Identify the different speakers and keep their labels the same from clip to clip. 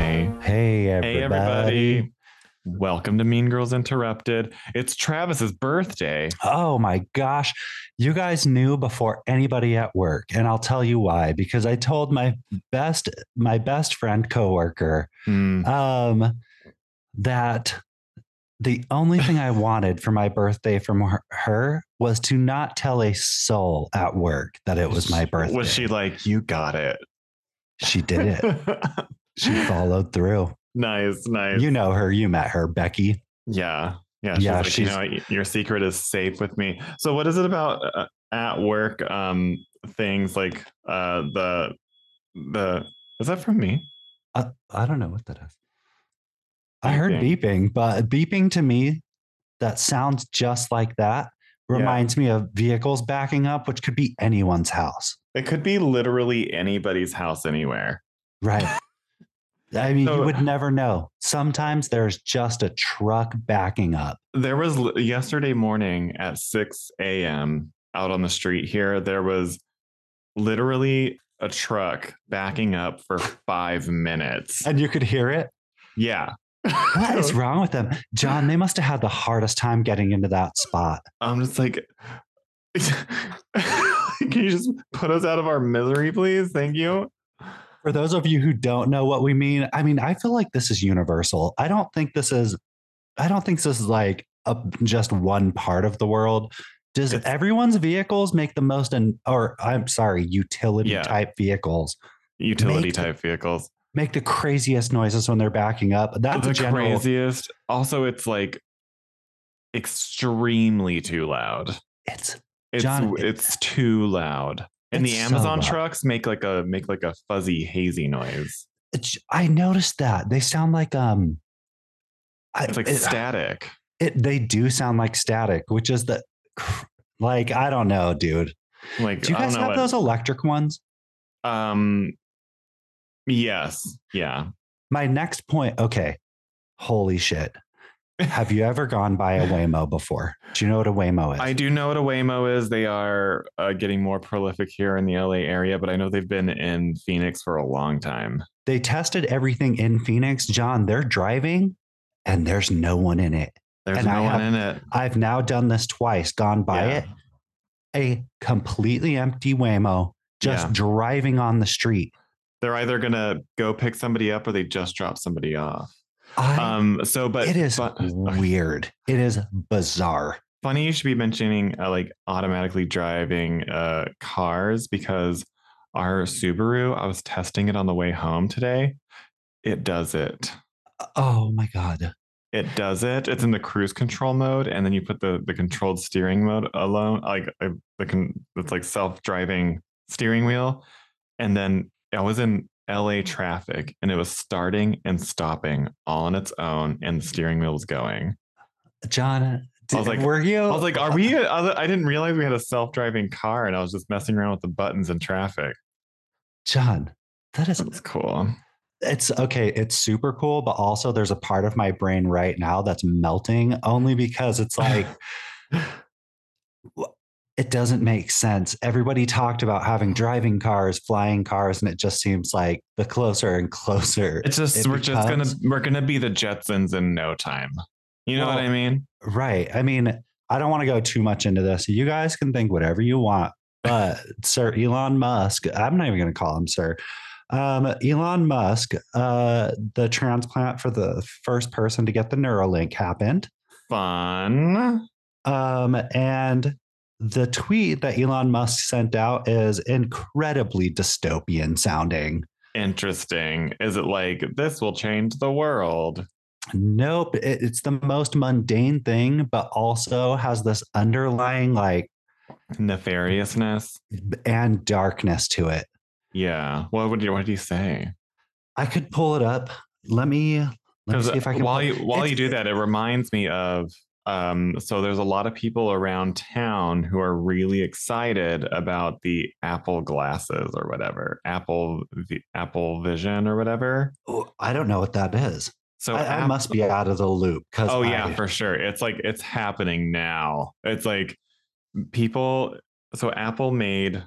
Speaker 1: Hey everybody.
Speaker 2: Hey, everybody. Welcome to Mean Girls Interrupted. It's Travis's birthday.
Speaker 1: Oh my gosh. You guys knew before anybody at work. And I'll tell you why because I told my best my best friend coworker
Speaker 2: Hmm.
Speaker 1: um that the only thing I wanted for my birthday from her, her was to not tell a soul at work that it was my birthday.
Speaker 2: Was she like, you got it?
Speaker 1: She did it. she followed through.
Speaker 2: Nice, nice.
Speaker 1: You know her. You met her, Becky.
Speaker 2: yeah. Yeah.
Speaker 1: Yeah,
Speaker 2: like,
Speaker 1: she's-
Speaker 2: you know, your secret is safe with me. So, what is it about uh, at work um, things like uh, the, the, is that from me?
Speaker 1: I, I don't know what that is. I heard
Speaker 2: Beeping.
Speaker 1: beeping, but beeping to me that sounds just like that
Speaker 2: Yeah.
Speaker 1: reminds me of vehicles backing up, which could be anyone's house,
Speaker 2: It could be literally anybody's house anywhere.
Speaker 1: right? I mean, you
Speaker 2: So-
Speaker 1: would never know. Sometimes there's just a truck backing up.
Speaker 2: there was l- yesterday morning at 6 a.m. out on the street here, there was literally a truck backing up for five minutes.
Speaker 1: And you could hear it.
Speaker 2: Yeah.
Speaker 1: What is wrong with them? John, they must have had the hardest time getting into that spot.
Speaker 2: I'm just like, can you just put us out of our misery, please? Thank you.
Speaker 1: For those of you who don't know what we mean, I mean, I feel like this is universal. I don't think this is, I don't think this is like a, just one part of the world. Does
Speaker 2: It's-
Speaker 1: everyone's vehicles make the most, and or I'm sorry, utility
Speaker 2: Yeah.
Speaker 1: type vehicles
Speaker 2: Utility
Speaker 1: Make-
Speaker 2: type vehicles.
Speaker 1: make the craziest noises when they're backing up? That's
Speaker 2: the
Speaker 1: a general.
Speaker 2: craziest. Also, it's like extremely too loud.
Speaker 1: It's
Speaker 2: It's
Speaker 1: John, it-
Speaker 2: it's too loud. And the
Speaker 1: It's so
Speaker 2: Amazon
Speaker 1: loud.
Speaker 2: trucks make like a make like a fuzzy hazy noise.
Speaker 1: it's. I noticed that they sound like um. I,
Speaker 2: It's like
Speaker 1: it- uh,
Speaker 2: static.
Speaker 1: it, they do sound like static, which is the, like I don't know, dude.
Speaker 2: Like
Speaker 1: Do you
Speaker 2: I don't
Speaker 1: guys
Speaker 2: know
Speaker 1: have
Speaker 2: what-
Speaker 1: those electric ones?
Speaker 2: Um yes. Yeah.
Speaker 1: My next point. Okay. Holy shit. Have you ever gone by a Waymo before? Do you know what a Waymo is?
Speaker 2: I do know what a Waymo is. They are uh, getting more prolific here in the LA area, but I know they've been in Phoenix for a long time.
Speaker 1: They tested everything in Phoenix. John, they're driving and there's no one in it.
Speaker 2: There's
Speaker 1: And I
Speaker 2: no one in
Speaker 1: have-
Speaker 2: it.
Speaker 1: I've now done this twice, gone by
Speaker 2: Yeah.
Speaker 1: it, a completely empty Waymo just
Speaker 2: Yeah.
Speaker 1: driving on the street.
Speaker 2: They're either gonna go pick somebody up or they just drop somebody off.
Speaker 1: I,
Speaker 2: Um so but
Speaker 1: it is
Speaker 2: but- uh,
Speaker 1: weird. It is bizarre.
Speaker 2: funny you should be mentioning uh, like automatically driving uh, cars because our Subaru, I was testing it on the way home today. It does it.
Speaker 1: Oh my God.
Speaker 2: It does it. It's in the cruise control mode, and then you put the the controlled steering mode alone, like uh, the con- it's like self driving steering wheel. And then I was in LA traffic, and it was starting and stopping all on its own, and the steering wheel was going.
Speaker 1: John,
Speaker 2: I was
Speaker 1: did-
Speaker 2: like-
Speaker 1: were you? Uh,
Speaker 2: I was like, "Are we?" I was- I didn't realize we had a self-driving car, and I was just messing around with the buttons in traffic.
Speaker 1: John, that is
Speaker 2: That's cool.
Speaker 1: it's okay it's super cool but also there's a part of my brain right now that's melting only because it's like it doesn't make sense everybody talked about having driving cars flying cars and it just seems like the closer and closer
Speaker 2: It's just
Speaker 1: It
Speaker 2: we're just gonna
Speaker 1: becomes-
Speaker 2: we're gonna be the Jetsons in no time. You know what
Speaker 1: Well-
Speaker 2: I mean?
Speaker 1: right i mean i don't want to go too much into this you guys can think whatever you want but sir elon musk i'm not even going to call him sir um, elon musk uh, the transplant for the first person to get the neuralink happened
Speaker 2: Fun.
Speaker 1: Um, and the tweet that Elon Musk sent out is incredibly dystopian sounding.
Speaker 2: Interesting. Is it like this will change the world?
Speaker 1: Nope, it- it's the most mundane thing, but also has this underlying like
Speaker 2: Nefariousness.
Speaker 1: and darkness to it.
Speaker 2: Yeah. What would you? What do you say?
Speaker 1: I could pull it up. Let me let me
Speaker 2: Because
Speaker 1: see if I can.
Speaker 2: uh, while
Speaker 1: pull-
Speaker 2: you while
Speaker 1: It's-
Speaker 2: you do that, it reminds me of um, so there's a lot of people around town who are really excited about the Apple glasses or whatever, Apple the Apple Vision or whatever.
Speaker 1: Oh, I don't know what that is.
Speaker 2: So
Speaker 1: I, I
Speaker 2: App-
Speaker 1: must be out of the loop because
Speaker 2: Oh yeah, for sure. It's like it's happening now. It's like people. So Apple made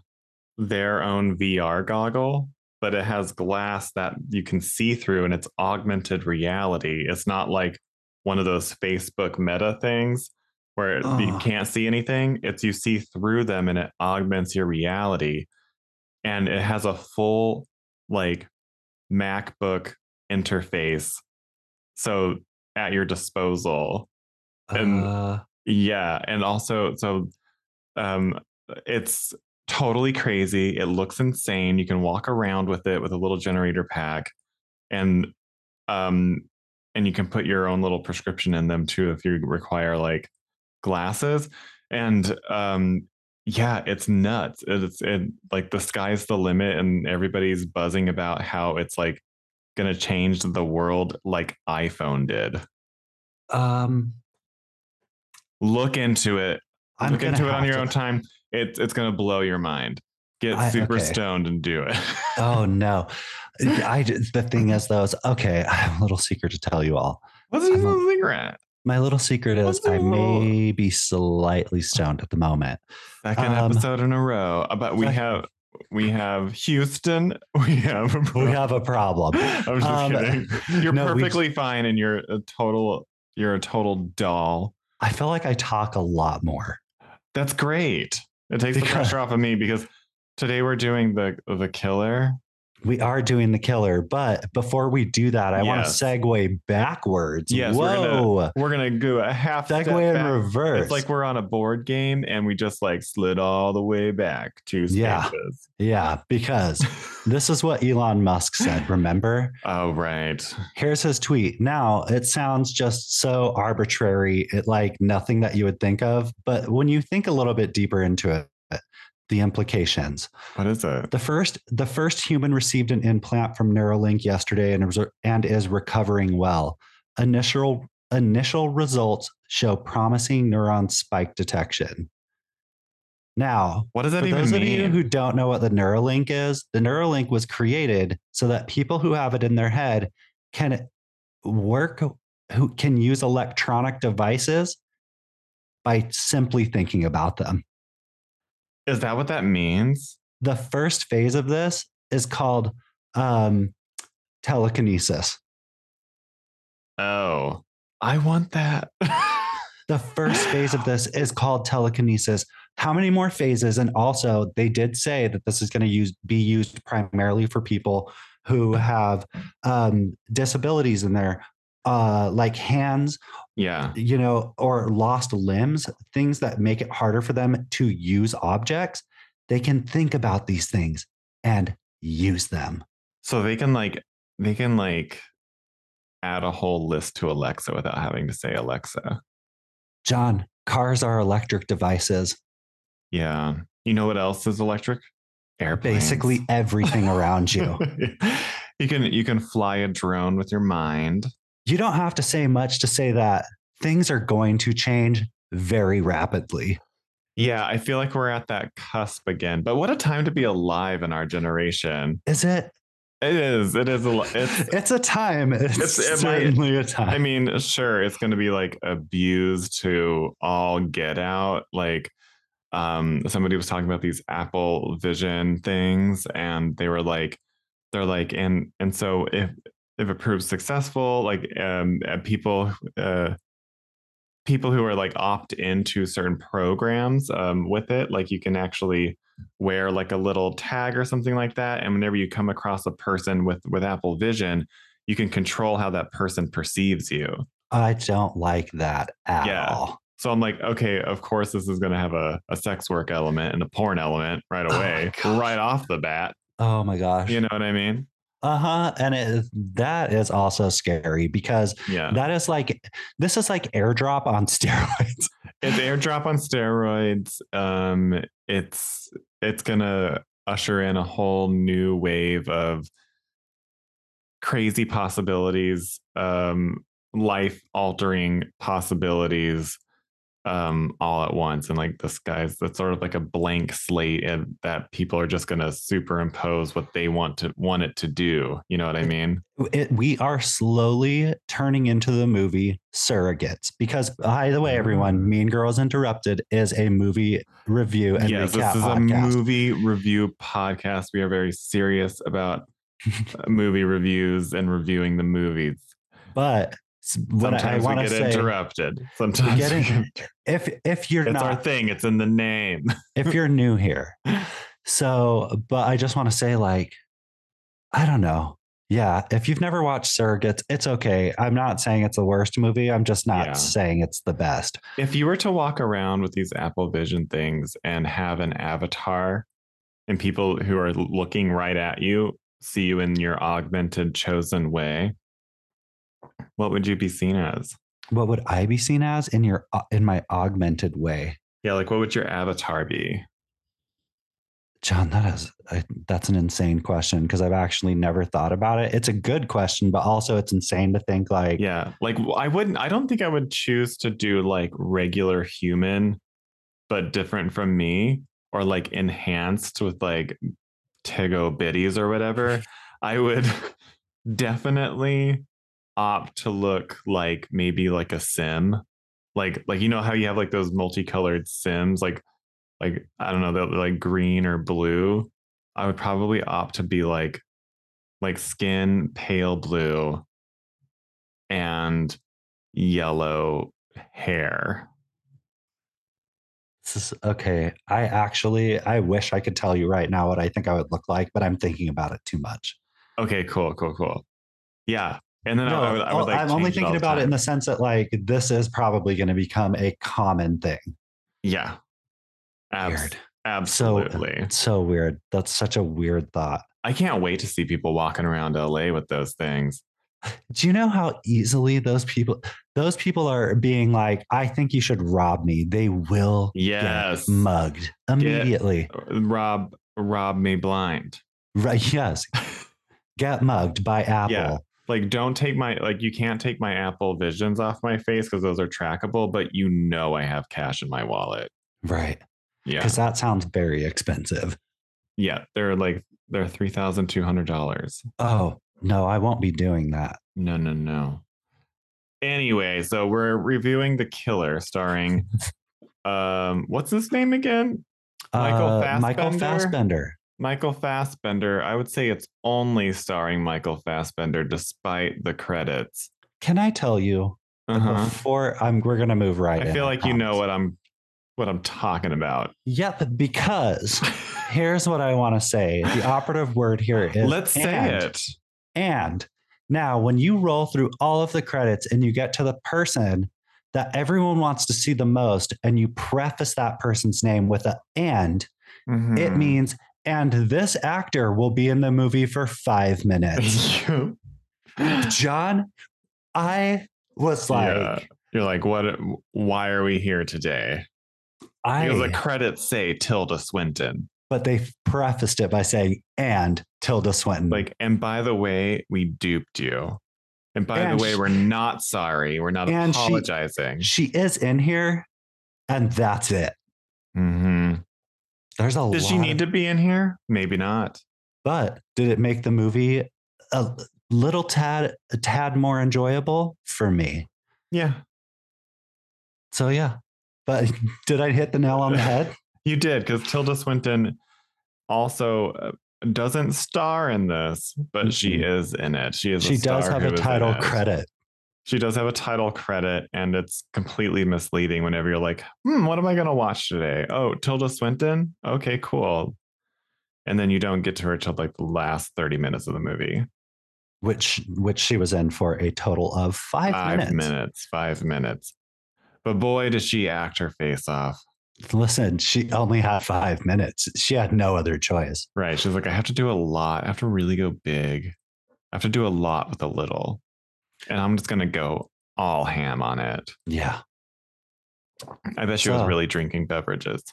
Speaker 2: their own VR goggle but it has glass that you can see through and it's augmented reality. It's not like one of those Facebook meta things where you
Speaker 1: Ugh.
Speaker 2: can't see anything. It's you see through them and it augments your reality. And it has a full like MacBook interface. So at your disposal. And-
Speaker 1: Uh,
Speaker 2: Yeah, and also so um it's totally crazy. It looks insane. You can walk around with it with a little generator pack and um and you can put your own little prescription in them too if you require like glasses and um yeah, it's nuts. It's it, like the sky's the limit and everybody's buzzing about how it's like going to change the world like iPhone did.
Speaker 1: um,
Speaker 2: Look into it.
Speaker 1: I'm
Speaker 2: Look
Speaker 1: gonna
Speaker 2: into it on
Speaker 1: have
Speaker 2: your
Speaker 1: to-
Speaker 2: own time. It's it's gonna blow your mind. Get
Speaker 1: I-
Speaker 2: super
Speaker 1: okay.
Speaker 2: stoned and do it.
Speaker 1: Oh no! I the thing is though is okay. I have a little secret to tell you all.
Speaker 2: What's this
Speaker 1: I'm a-
Speaker 2: little cigarette?
Speaker 1: My little secret is I may be slightly stoned at the moment.
Speaker 2: Second
Speaker 1: Um,
Speaker 2: episode in a row. Uh, But we
Speaker 1: second.
Speaker 2: have we have Houston. We have
Speaker 1: We have a problem.
Speaker 2: Oh, I'm just
Speaker 1: Um,
Speaker 2: kidding. You're
Speaker 1: no, we-
Speaker 2: perfectly fine, and you're a total. You're a total doll.
Speaker 1: I feel like I talk a lot more.
Speaker 2: That's great. It takes the
Speaker 1: Because-
Speaker 2: pressure off of me because today we're doing the the killer.
Speaker 1: We are doing the killer, but before we do that, I want to
Speaker 2: Yes.
Speaker 1: segue backwards.
Speaker 2: Yes, we're gonna-
Speaker 1: Whoa.
Speaker 2: We're gonna do a half step
Speaker 1: segue in
Speaker 2: back.
Speaker 1: reverse.
Speaker 2: It's like we're on a board game and we just like slid all the way back two spaces.
Speaker 1: Yeah. yeah, because this is what Elon Musk said, remember?
Speaker 2: oh right.
Speaker 1: Here's his tweet. Now, it sounds just so arbitrary, it like nothing that you would think of, but when you think a little bit deeper into it, the implications.
Speaker 2: What is it?
Speaker 1: The first, the first human received an implant from Neuralink yesterday and, is- and is recovering well. Initial initial results show promising neuron spike detection. Now,
Speaker 2: What does that
Speaker 1: for
Speaker 2: even
Speaker 1: those of you
Speaker 2: mean?
Speaker 1: who don't know what the Neuralink is, the Neuralink was created so that people who have it in their head can work, who can use electronic devices by simply thinking about them.
Speaker 2: is that what that means?
Speaker 1: The first phase of this is called um, telekinesis.
Speaker 2: Oh, I want that.
Speaker 1: The first phase of this is called telekinesis. How many more phases? And also, they did say that this is going to use be used primarily for people who have um, disabilities in their uh, like hands,
Speaker 2: yeah.
Speaker 1: you know, or lost limbs, things that make it harder for them to use objects. They can think about these things and use them.
Speaker 2: So they can like they can like add a whole list to Alexa without having to say Alexa.
Speaker 1: John, cars are electric devices.
Speaker 2: Yeah. You know what else is electric? Airplanes.
Speaker 1: Basically, everything around you.
Speaker 2: you can you can fly a drone with your mind.
Speaker 1: you don't have to say much to say that things are going to change very rapidly.
Speaker 2: Yeah, I feel like we're at that cusp again. But what a time to be alive in our generation.
Speaker 1: Is it?
Speaker 2: It is. It is. A, lo- it's.
Speaker 1: It's, a time. It's,
Speaker 2: It's- it might-
Speaker 1: certainly a time.
Speaker 2: I mean, sure, it's going to be like abused to all get out. Like, um, somebody was talking about these Apple Vision things, and they were like, they're like, and and so if if it proves successful, like, um, uh, people, uh, people who are like opt into certain programs, um, with it, like you can actually wear like a little tag or something like that, and whenever you come across a person with with Apple Vision you can control how that person perceives you.
Speaker 1: I don't like that at
Speaker 2: Yeah.
Speaker 1: all.
Speaker 2: So I'm like, okay, of course this is going to have a, a sex work element and a porn element right
Speaker 1: Oh my
Speaker 2: away,
Speaker 1: gosh.
Speaker 2: right off the bat.
Speaker 1: Oh my gosh.
Speaker 2: You know what I mean?
Speaker 1: Uh huh. And it, that is also scary because
Speaker 2: Yeah.
Speaker 1: that is like, this is like airdrop on steroids.
Speaker 2: It's airdrop on steroids. Um, it's it's going to usher in a whole new wave of crazy possibilities, um, life altering possibilities. um, all at once. And like the skies, that's sort of like a blank slate and that people are just going to superimpose what they want to want it to do. You know what I mean?
Speaker 1: It, we are slowly turning into the movie Surrogates because, by the way,
Speaker 2: Mm.
Speaker 1: everyone, Mean Girls Interrupted is a movie review and
Speaker 2: yes, this
Speaker 1: recap
Speaker 2: is
Speaker 1: podcast.
Speaker 2: a movie review podcast. We are very serious about uh, movie reviews and reviewing the movies.
Speaker 1: But s- what I- I
Speaker 2: Sometimes we
Speaker 1: want to
Speaker 2: get
Speaker 1: say,
Speaker 2: interrupted. Sometimes
Speaker 1: get
Speaker 2: we
Speaker 1: in-
Speaker 2: get-
Speaker 1: if if you're
Speaker 2: it's
Speaker 1: not
Speaker 2: our thing. It's in the name.
Speaker 1: if you're new here. So, but I just want to say, like, I don't know. Yeah, if you've never watched Surrogates, it's okay. I'm not saying it's the worst movie. I'm just not
Speaker 2: Yeah.
Speaker 1: saying it's the best.
Speaker 2: If you were to walk around with these Apple Vision things and have an avatar and people who are looking right at you see you in your augmented chosen way, what would you be seen as?
Speaker 1: What would I be seen as in your uh, in my augmented way?
Speaker 2: Yeah, like what would your avatar be?
Speaker 1: John, that is I, that's an insane question because I've actually never thought about it. It's a good question, but also it's insane to think like
Speaker 2: Yeah, like I wouldn't, I don't think I would choose to do like regular human, but different from me or like enhanced with like Tigo biddies or whatever. I would definitely opt to look like maybe like a sim. Like, like you know how you have like those multicolored sims, like, like I don't know, they're like green or blue. I would probably opt to be like, like skin pale blue and yellow hair.
Speaker 1: this is- okay. I actually I wish I could tell you right now what I think I would look like, but I'm thinking about it too much.
Speaker 2: Okay, cool, cool, cool. Yeah. And then I, I would, I would like
Speaker 1: am oh, only
Speaker 2: change all
Speaker 1: thinking
Speaker 2: the
Speaker 1: about it in
Speaker 2: time.
Speaker 1: the sense that like this is probably going to become a common thing.
Speaker 2: yeah. Abs-
Speaker 1: Weird.
Speaker 2: Absolutely.
Speaker 1: It's so uh weird. That's such a weird thought.
Speaker 2: I can't wait to see people walking around LA with those things.
Speaker 1: Do you know how easily those people those people are being like, I think you should rob me. They will
Speaker 2: Yes.
Speaker 1: get mugged immediately.
Speaker 2: Rob rob me blind.
Speaker 1: Right. Yes. Get mugged by Apple.
Speaker 2: Yeah. Like don't take my like you can't take my Apple Visions off my face because those are trackable, but you know I have cash in my wallet.
Speaker 1: Right.
Speaker 2: Yeah.
Speaker 1: Because that sounds very expensive.
Speaker 2: Yeah. They're like they're three thousand two hundred dollars.
Speaker 1: Oh, no, I won't be doing that.
Speaker 2: No, no, no. Anyway, so we're reviewing The Killer starring um what's his name again? Michael
Speaker 1: Uh, Michael
Speaker 2: Fassbender?
Speaker 1: Fassbender.
Speaker 2: Michael Fassbender. I would say it's only starring Michael Fassbender despite the credits.
Speaker 1: Can I tell you
Speaker 2: Uh-huh.
Speaker 1: before I'm, we're going to move right in,
Speaker 2: I feel
Speaker 1: I
Speaker 2: like you know
Speaker 1: promise.
Speaker 2: what I'm what I'm talking about.
Speaker 1: Yep, because here's what I want to say. The operative word here is
Speaker 2: Let's say
Speaker 1: and.
Speaker 2: it.
Speaker 1: And now, when you roll through all of the credits and you get to the person that everyone wants to see the most, and you preface that person's name with a and, it
Speaker 2: Mhm.
Speaker 1: means, and this actor will be in the movie for five minutes.
Speaker 2: You-
Speaker 1: John, I was like,
Speaker 2: Yeah. You're like, what why are we here today?
Speaker 1: I,
Speaker 2: Because the credits say Tilda Swinton.
Speaker 1: but they prefaced it by saying, and Tilda Swinton.
Speaker 2: like and by the way we duped you and by
Speaker 1: And
Speaker 2: the way
Speaker 1: sh-
Speaker 2: we're not sorry we're not
Speaker 1: And she-
Speaker 2: apologizing
Speaker 1: she is in here, and that's it.
Speaker 2: Mhm.
Speaker 1: There's a
Speaker 2: does
Speaker 1: lot
Speaker 2: she
Speaker 1: of-
Speaker 2: need to be in here maybe not
Speaker 1: but did it make the movie a little tad a tad more enjoyable for me
Speaker 2: yeah
Speaker 1: so yeah but did i hit the nail on the head
Speaker 2: you did because tilda swinton also uh, doesn't star in this but she is in it she is
Speaker 1: she
Speaker 2: a
Speaker 1: does
Speaker 2: star
Speaker 1: have
Speaker 2: who
Speaker 1: a
Speaker 2: is in
Speaker 1: title
Speaker 2: it.
Speaker 1: credit
Speaker 2: she does have a title credit and it's completely misleading whenever you're like hmm what am i going to watch today oh tilda swinton okay cool and then you don't get to her till like the last 30 minutes of the movie
Speaker 1: which which she was in for a total of five, minutes.
Speaker 2: five minutes but boy does she act her face off
Speaker 1: listen she only had five minutes she had no other choice
Speaker 2: right she's like i have to do a lot i have to really go big i have to do a lot with a little and i'm just gonna go all ham on it
Speaker 1: yeah
Speaker 2: i bet she was
Speaker 1: So-
Speaker 2: really drinking beverages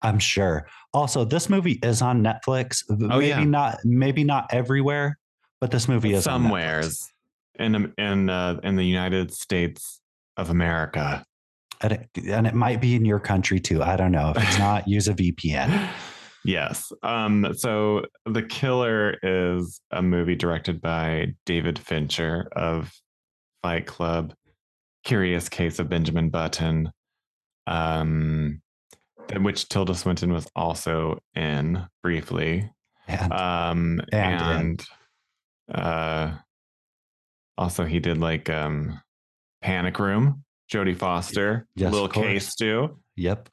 Speaker 1: i'm sure also this movie is on netflix maybe
Speaker 2: Oh, yeah.
Speaker 1: not maybe not everywhere but this movie is on Netflix.
Speaker 2: somewheres in in uh, in the united states of america
Speaker 1: and it, and it might be in your country too. I don't know. If it's not, use a VPN.
Speaker 2: Yes. Um, so The Killer is a movie directed by David Fincher of Fight Club, Curious Case of Benjamin Button, um, which Tilda Swinton was also in briefly.
Speaker 1: And
Speaker 2: Um,
Speaker 1: And
Speaker 2: and, uh, also he did like um, Panic Room, Jodie Foster,
Speaker 1: Yes, of
Speaker 2: Lil
Speaker 1: course.
Speaker 2: Case too.
Speaker 1: yep.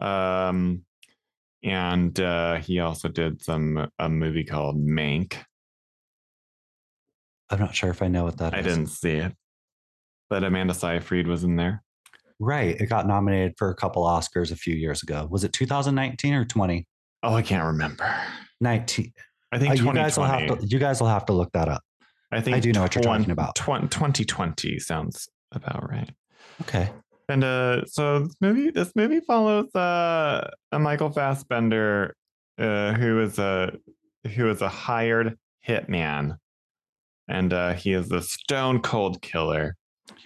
Speaker 2: Um, and uh, he also did some a movie called Mank.
Speaker 1: I'm not sure if I know what that is.
Speaker 2: I didn't see it, but Amanda Seyfried was in there.
Speaker 1: Right. It got nominated for a couple Oscars a few years ago. Was it 2019 or 20?
Speaker 2: Oh, I can't remember.
Speaker 1: 19.
Speaker 2: I
Speaker 1: Uh,
Speaker 2: think
Speaker 1: you
Speaker 2: 2020.
Speaker 1: guys will have to you guys will have to look that up.
Speaker 2: I think
Speaker 1: do know what you're talking about.
Speaker 2: 2020 sounds about right.
Speaker 1: Okay.
Speaker 2: And uh, so this movie, this movie follows uh, a Michael Fassbender, uh, who is a who is a hired hitman, and uh, he is a stone cold killer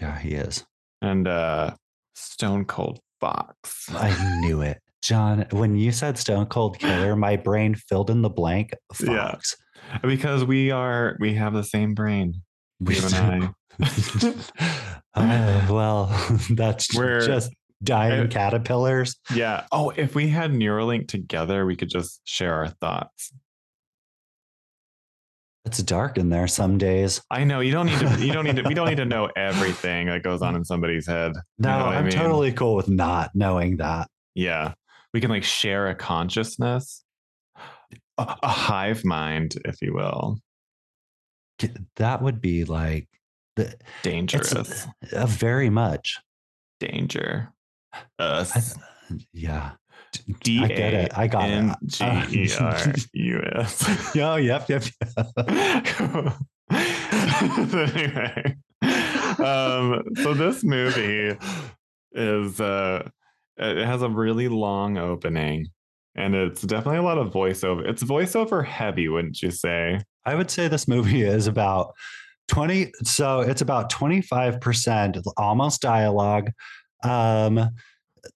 Speaker 1: Yeah, he is.
Speaker 2: and uh, stone cold fox.
Speaker 1: I knew it. John, when you said Stone Cold Killer, my brain filled in the blank.
Speaker 2: Yeah.
Speaker 1: Fox.
Speaker 2: because we are we have the same brain,
Speaker 1: We
Speaker 2: you
Speaker 1: do.
Speaker 2: and I.
Speaker 1: Uh, well, that's
Speaker 2: We're-
Speaker 1: just dying
Speaker 2: I-
Speaker 1: caterpillars.
Speaker 2: yeah. Oh, if we had Neuralink together, we could just share our thoughts.
Speaker 1: It's dark in there some days.
Speaker 2: I know you don't need to. You don't need to. We don't need to know everything that goes on in somebody's head.
Speaker 1: No,
Speaker 2: know what I
Speaker 1: I'm
Speaker 2: mean?
Speaker 1: totally cool with not knowing that.
Speaker 2: Yeah, we can like share a consciousness, a, a hive mind, if you will.
Speaker 1: K- That would be like the,
Speaker 2: Dangerous,
Speaker 1: it's uh, very much.
Speaker 2: danger. Uh, Us.
Speaker 1: Yeah.
Speaker 2: D
Speaker 1: I get
Speaker 2: A
Speaker 1: it. I got
Speaker 2: N
Speaker 1: it. Uh,
Speaker 2: G E R U S.
Speaker 1: Yeah, oh, yep, yep.
Speaker 2: anyway, um, so this movie is uh, it has a really long opening, and it's definitely a lot of voiceover. It's voiceover heavy, wouldn't you say?
Speaker 1: I would say this movie is about 20 so it's about 25% almost dialogue. Um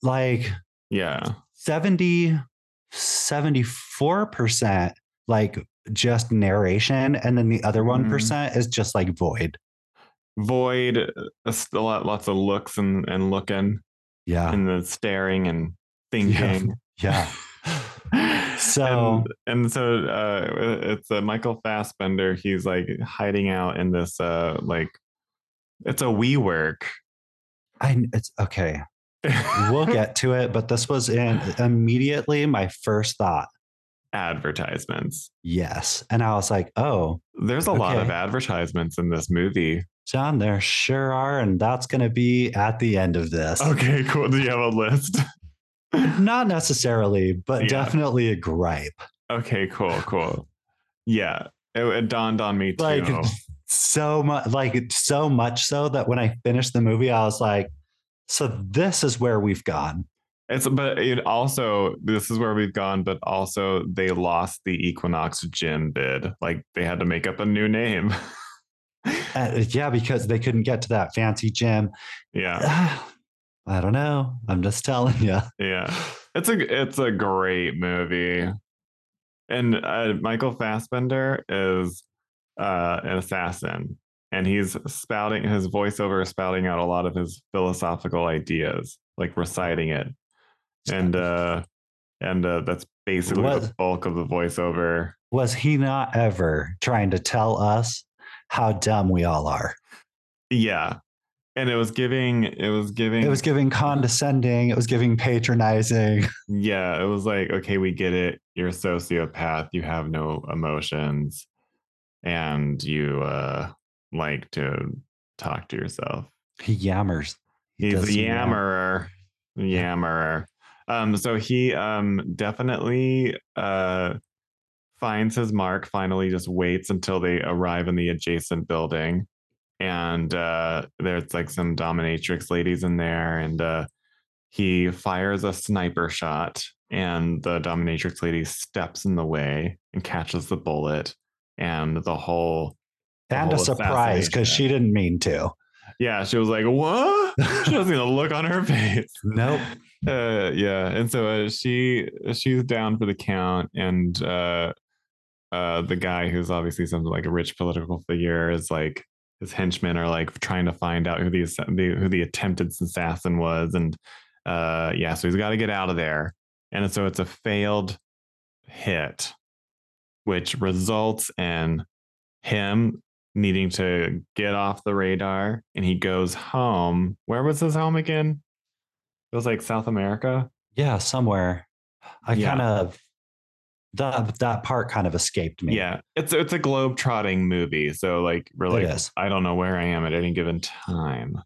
Speaker 1: like
Speaker 2: Yeah,
Speaker 1: 70 74% like just narration and then the other
Speaker 2: Mhm.
Speaker 1: 1% is just like void.
Speaker 2: void. uh, s- A lot, lots of looks and and looking,
Speaker 1: Yeah.
Speaker 2: and the staring and thinking.
Speaker 1: Yeah. So-
Speaker 2: and, and so uh, it's uh, Michael Fassbender. He's like hiding out in this uh, like it's a we work.
Speaker 1: I it's okay. We'll get to it, but this was in immediately my first thought.
Speaker 2: advertisements.
Speaker 1: Yes. And I was like, "Oh,
Speaker 2: There's a lot of
Speaker 1: Okay.
Speaker 2: advertisements in this movie.
Speaker 1: John, there sure are, and that's going to be at the end of this.
Speaker 2: Okay, cool. Do you have a list?
Speaker 1: Not necessarily, but
Speaker 2: Yeah.
Speaker 1: definitely a gripe.
Speaker 2: okay, cool, cool. Yeah, it, it dawned on me too.
Speaker 1: Like so much, like it's so much so that when I finished the movie, I was like, "So this is where we've gone."
Speaker 2: it's but it also this is where we've gone, but also they lost the Equinox Gin bid. Like they had to make up a new name.
Speaker 1: Uh, yeah, because they couldn't get to that fancy gym.
Speaker 2: yeah,
Speaker 1: Ah, I don't know. I'm just telling you.
Speaker 2: yeah. It's a it's a great movie, and uh, Michael Fassbender is uh, an assassin, and he's spouting his voiceover, is spouting out a lot of his philosophical ideas, like reciting it, and uh, and uh, that's basically the
Speaker 1: What-
Speaker 2: bulk of the voiceover.
Speaker 1: was he not ever trying to tell us how dumb we all are?
Speaker 2: Yeah, and it was giving, it was giving,
Speaker 1: It was giving condescending. It was giving patronizing.
Speaker 2: yeah, it was like, okay, we get it. You're a sociopath. You have no emotions, and you uh like to talk to yourself.
Speaker 1: He yammers. He
Speaker 2: He's a
Speaker 1: does yam-
Speaker 2: yammerer. Yammerer. Um, so he um definitely uh finds his mark, finally just waits until they arrive in the adjacent building. And uh there's like some dominatrix ladies in there, and uh he fires a sniper shot, and the dominatrix lady steps in the way and catches the bullet, and the whole
Speaker 1: and a
Speaker 2: whole
Speaker 1: surprise because
Speaker 2: assassination.
Speaker 1: she didn't mean to.
Speaker 2: Yeah, she was like, "What?" She doesn't even look on her face.
Speaker 1: Nope.
Speaker 2: Uh, yeah, and so uh, she she's down for the count, and uh, uh, the guy who's obviously some like a rich political figure is like his henchmen are like trying to find out who the, assa- the who the attempted assassin was, and uh, yeah, so he's got to get out of there, and so it's a failed hit, which results in him needing to get off the radar and he goes home. Where was his home again? It was like South America.
Speaker 1: Yeah, somewhere. I
Speaker 2: Yeah.
Speaker 1: kind of that that part kind of escaped me.
Speaker 2: Yeah. It's it's a globe trotting movie. So like we're
Speaker 1: It
Speaker 2: like
Speaker 1: is.
Speaker 2: I don't know where I am at any given time.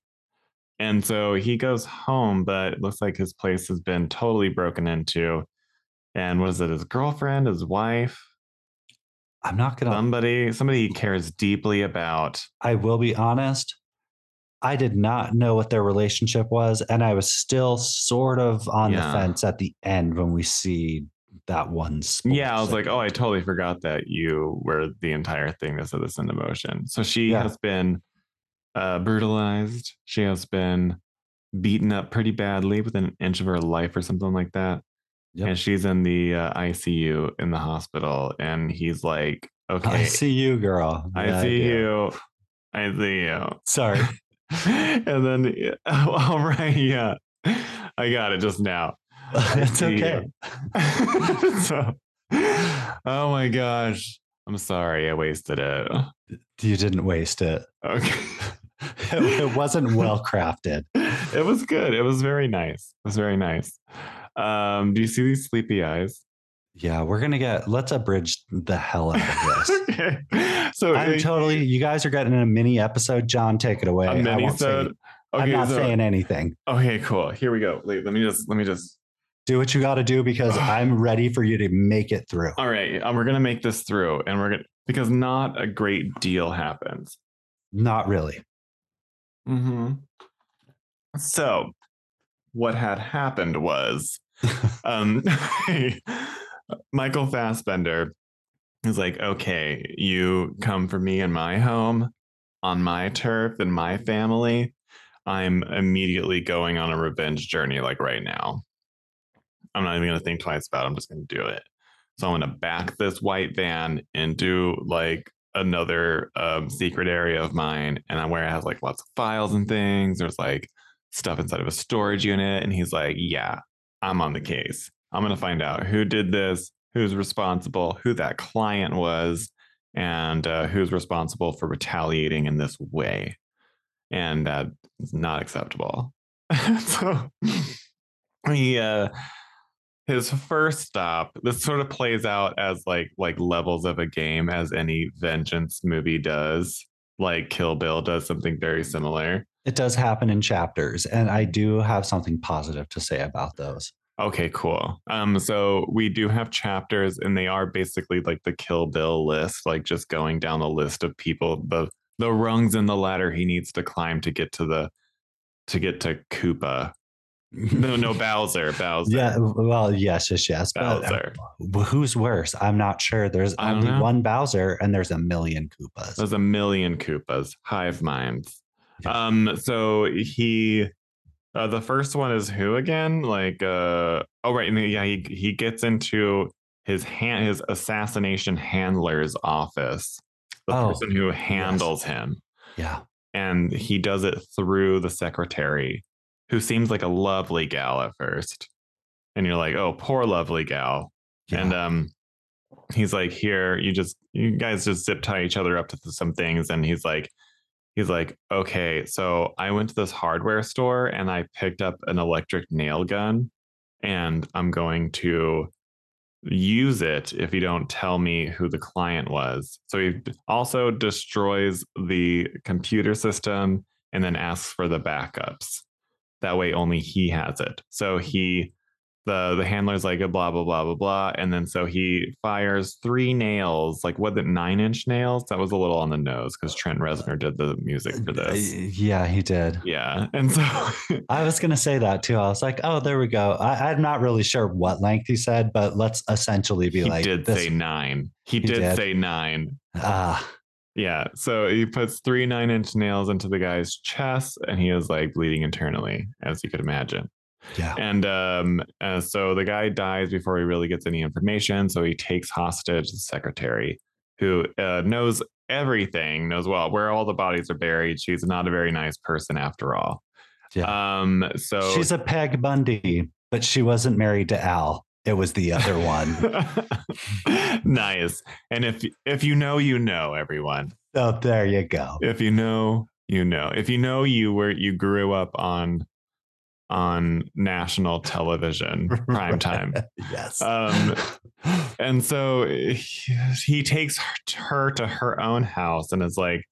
Speaker 2: And so he goes home, but it looks like his place has been totally broken into. And what is it? His girlfriend, his wife,
Speaker 1: I'm not gonna.
Speaker 2: somebody, somebody he cares deeply about.
Speaker 1: I will be honest. I did not know what their relationship was, and I was still sort of on
Speaker 2: Yeah.
Speaker 1: the fence at the end when we see that one. sports
Speaker 2: Yeah, I was like,
Speaker 1: segment.
Speaker 2: oh, I totally forgot that you were the entire thing that set this into motion. So she
Speaker 1: Yeah.
Speaker 2: has been uh, brutalized. She has been beaten up pretty badly within an inch of her life or something like that.
Speaker 1: Yep.
Speaker 2: And she's in the uh, ICU in the hospital. And he's like, okay,
Speaker 1: I see you, girl.
Speaker 2: I
Speaker 1: Yeah,
Speaker 2: see
Speaker 1: do.
Speaker 2: you. I see you
Speaker 1: Sorry.
Speaker 2: and then all right yeah i got it just now I
Speaker 1: It's
Speaker 2: see
Speaker 1: okay.
Speaker 2: you. So- oh my gosh i'm sorry i wasted it
Speaker 1: You didn't waste it.
Speaker 2: okay
Speaker 1: It, it wasn't well crafted.
Speaker 2: it was good it was very nice it was very nice um do you see these sleepy eyes
Speaker 1: Yeah, we're gonna get. Let's abridge the hell out of this.
Speaker 2: okay so
Speaker 1: I'm
Speaker 2: it-
Speaker 1: totally. You guys are getting a mini episode. John, take it away.
Speaker 2: a
Speaker 1: I won't say-
Speaker 2: mini-sode.
Speaker 1: I'm
Speaker 2: okay
Speaker 1: not
Speaker 2: so-
Speaker 1: saying anything.
Speaker 2: okay cool here we go Wait, let me just let me just
Speaker 1: Do what you got to do because I'm ready for you to make it through.
Speaker 2: all right um, we're gonna make this through and we're gonna because not a great deal happens
Speaker 1: Not really.
Speaker 2: hmm So, what had happened was um, Michael Fassbender is like, okay, you come for me in my home, on my turf, in my family. I'm immediately going on a revenge journey, like right now. I'm not even going to think twice about it. I'm just going to do it. So, I'm going to back this white van into like another um, secret area of mine and I where it has like lots of files and things. There's like stuff inside of a storage unit. And he's like, yeah, I'm on the case. I'm going to find out who did this, who's responsible, who that client was, and uh, who's responsible for retaliating in this way. And that is not acceptable. so he, uh, his first stop this sort of plays out as like like levels of a game as any vengeance movie does like kill bill does something very similar
Speaker 1: It does happen in chapters, and I do have something positive to say about those.
Speaker 2: okay cool um so we do have chapters and they are basically like the kill bill list like just going down the list of people the the rungs in the ladder he needs to climb to get to the to get to koopa no no bowser bowser
Speaker 1: Yeah. Well, yes, yes, yes. But
Speaker 2: bowser
Speaker 1: who's worse? I'm not sure. There's
Speaker 2: I don't
Speaker 1: only
Speaker 2: know.
Speaker 1: one Bowser, and there's a million Koopas.
Speaker 2: There's a million Koopas, hive minds. Um, so he, uh, the first one is who again? Like, uh, oh right, and then, yeah, he he gets into his hand, his assassination handler's office, the
Speaker 1: Oh,
Speaker 2: person who handles him,
Speaker 1: yeah.
Speaker 2: and he does it through the secretary, who seems like a lovely gal at first, and you're like, oh, poor lovely gal,
Speaker 1: yeah.
Speaker 2: and um he's like here you just you guys just zip tie each other up to some things and he's like he's like okay so i went to this hardware store and i picked up an electric nail gun and i'm going to use it if you don't tell me who the client was so he also destroys the computer system and then asks for the backups that way only he has it so he the the handler's like a blah blah blah blah blah and then so he fires three nails like what the nine inch nails that was a little on the nose because trent reznor did the music for
Speaker 1: Uh,
Speaker 2: this
Speaker 1: yeah, he did.
Speaker 2: yeah and so
Speaker 1: I was going to say that too. I was like, oh, there we go. I, I'm not really sure what length he said, but let's essentially be
Speaker 2: he
Speaker 1: like,
Speaker 2: did
Speaker 1: this-
Speaker 2: say nine he, did,
Speaker 1: did.
Speaker 2: say nine
Speaker 1: Ah,
Speaker 2: Yeah. So he puts three nine inch nails into the guy's chest and he is like bleeding internally, as you could imagine.
Speaker 1: Yeah.
Speaker 2: And um, uh, so the guy dies before he really gets any information. So he takes hostage the secretary, who uh, knows everything, knows well where all the bodies are buried. She's not a very nice person after all. Yeah. Um, so
Speaker 1: She's a Peg Bundy, but she wasn't married to Al. It was the other one.
Speaker 2: nice. And if if you know, you know, everyone.
Speaker 1: oh, there you go.
Speaker 2: If you know, you know. If you know, you were you grew up on on national television prime time.
Speaker 1: Yes.
Speaker 2: Um, and so he, he takes her to her own house and is like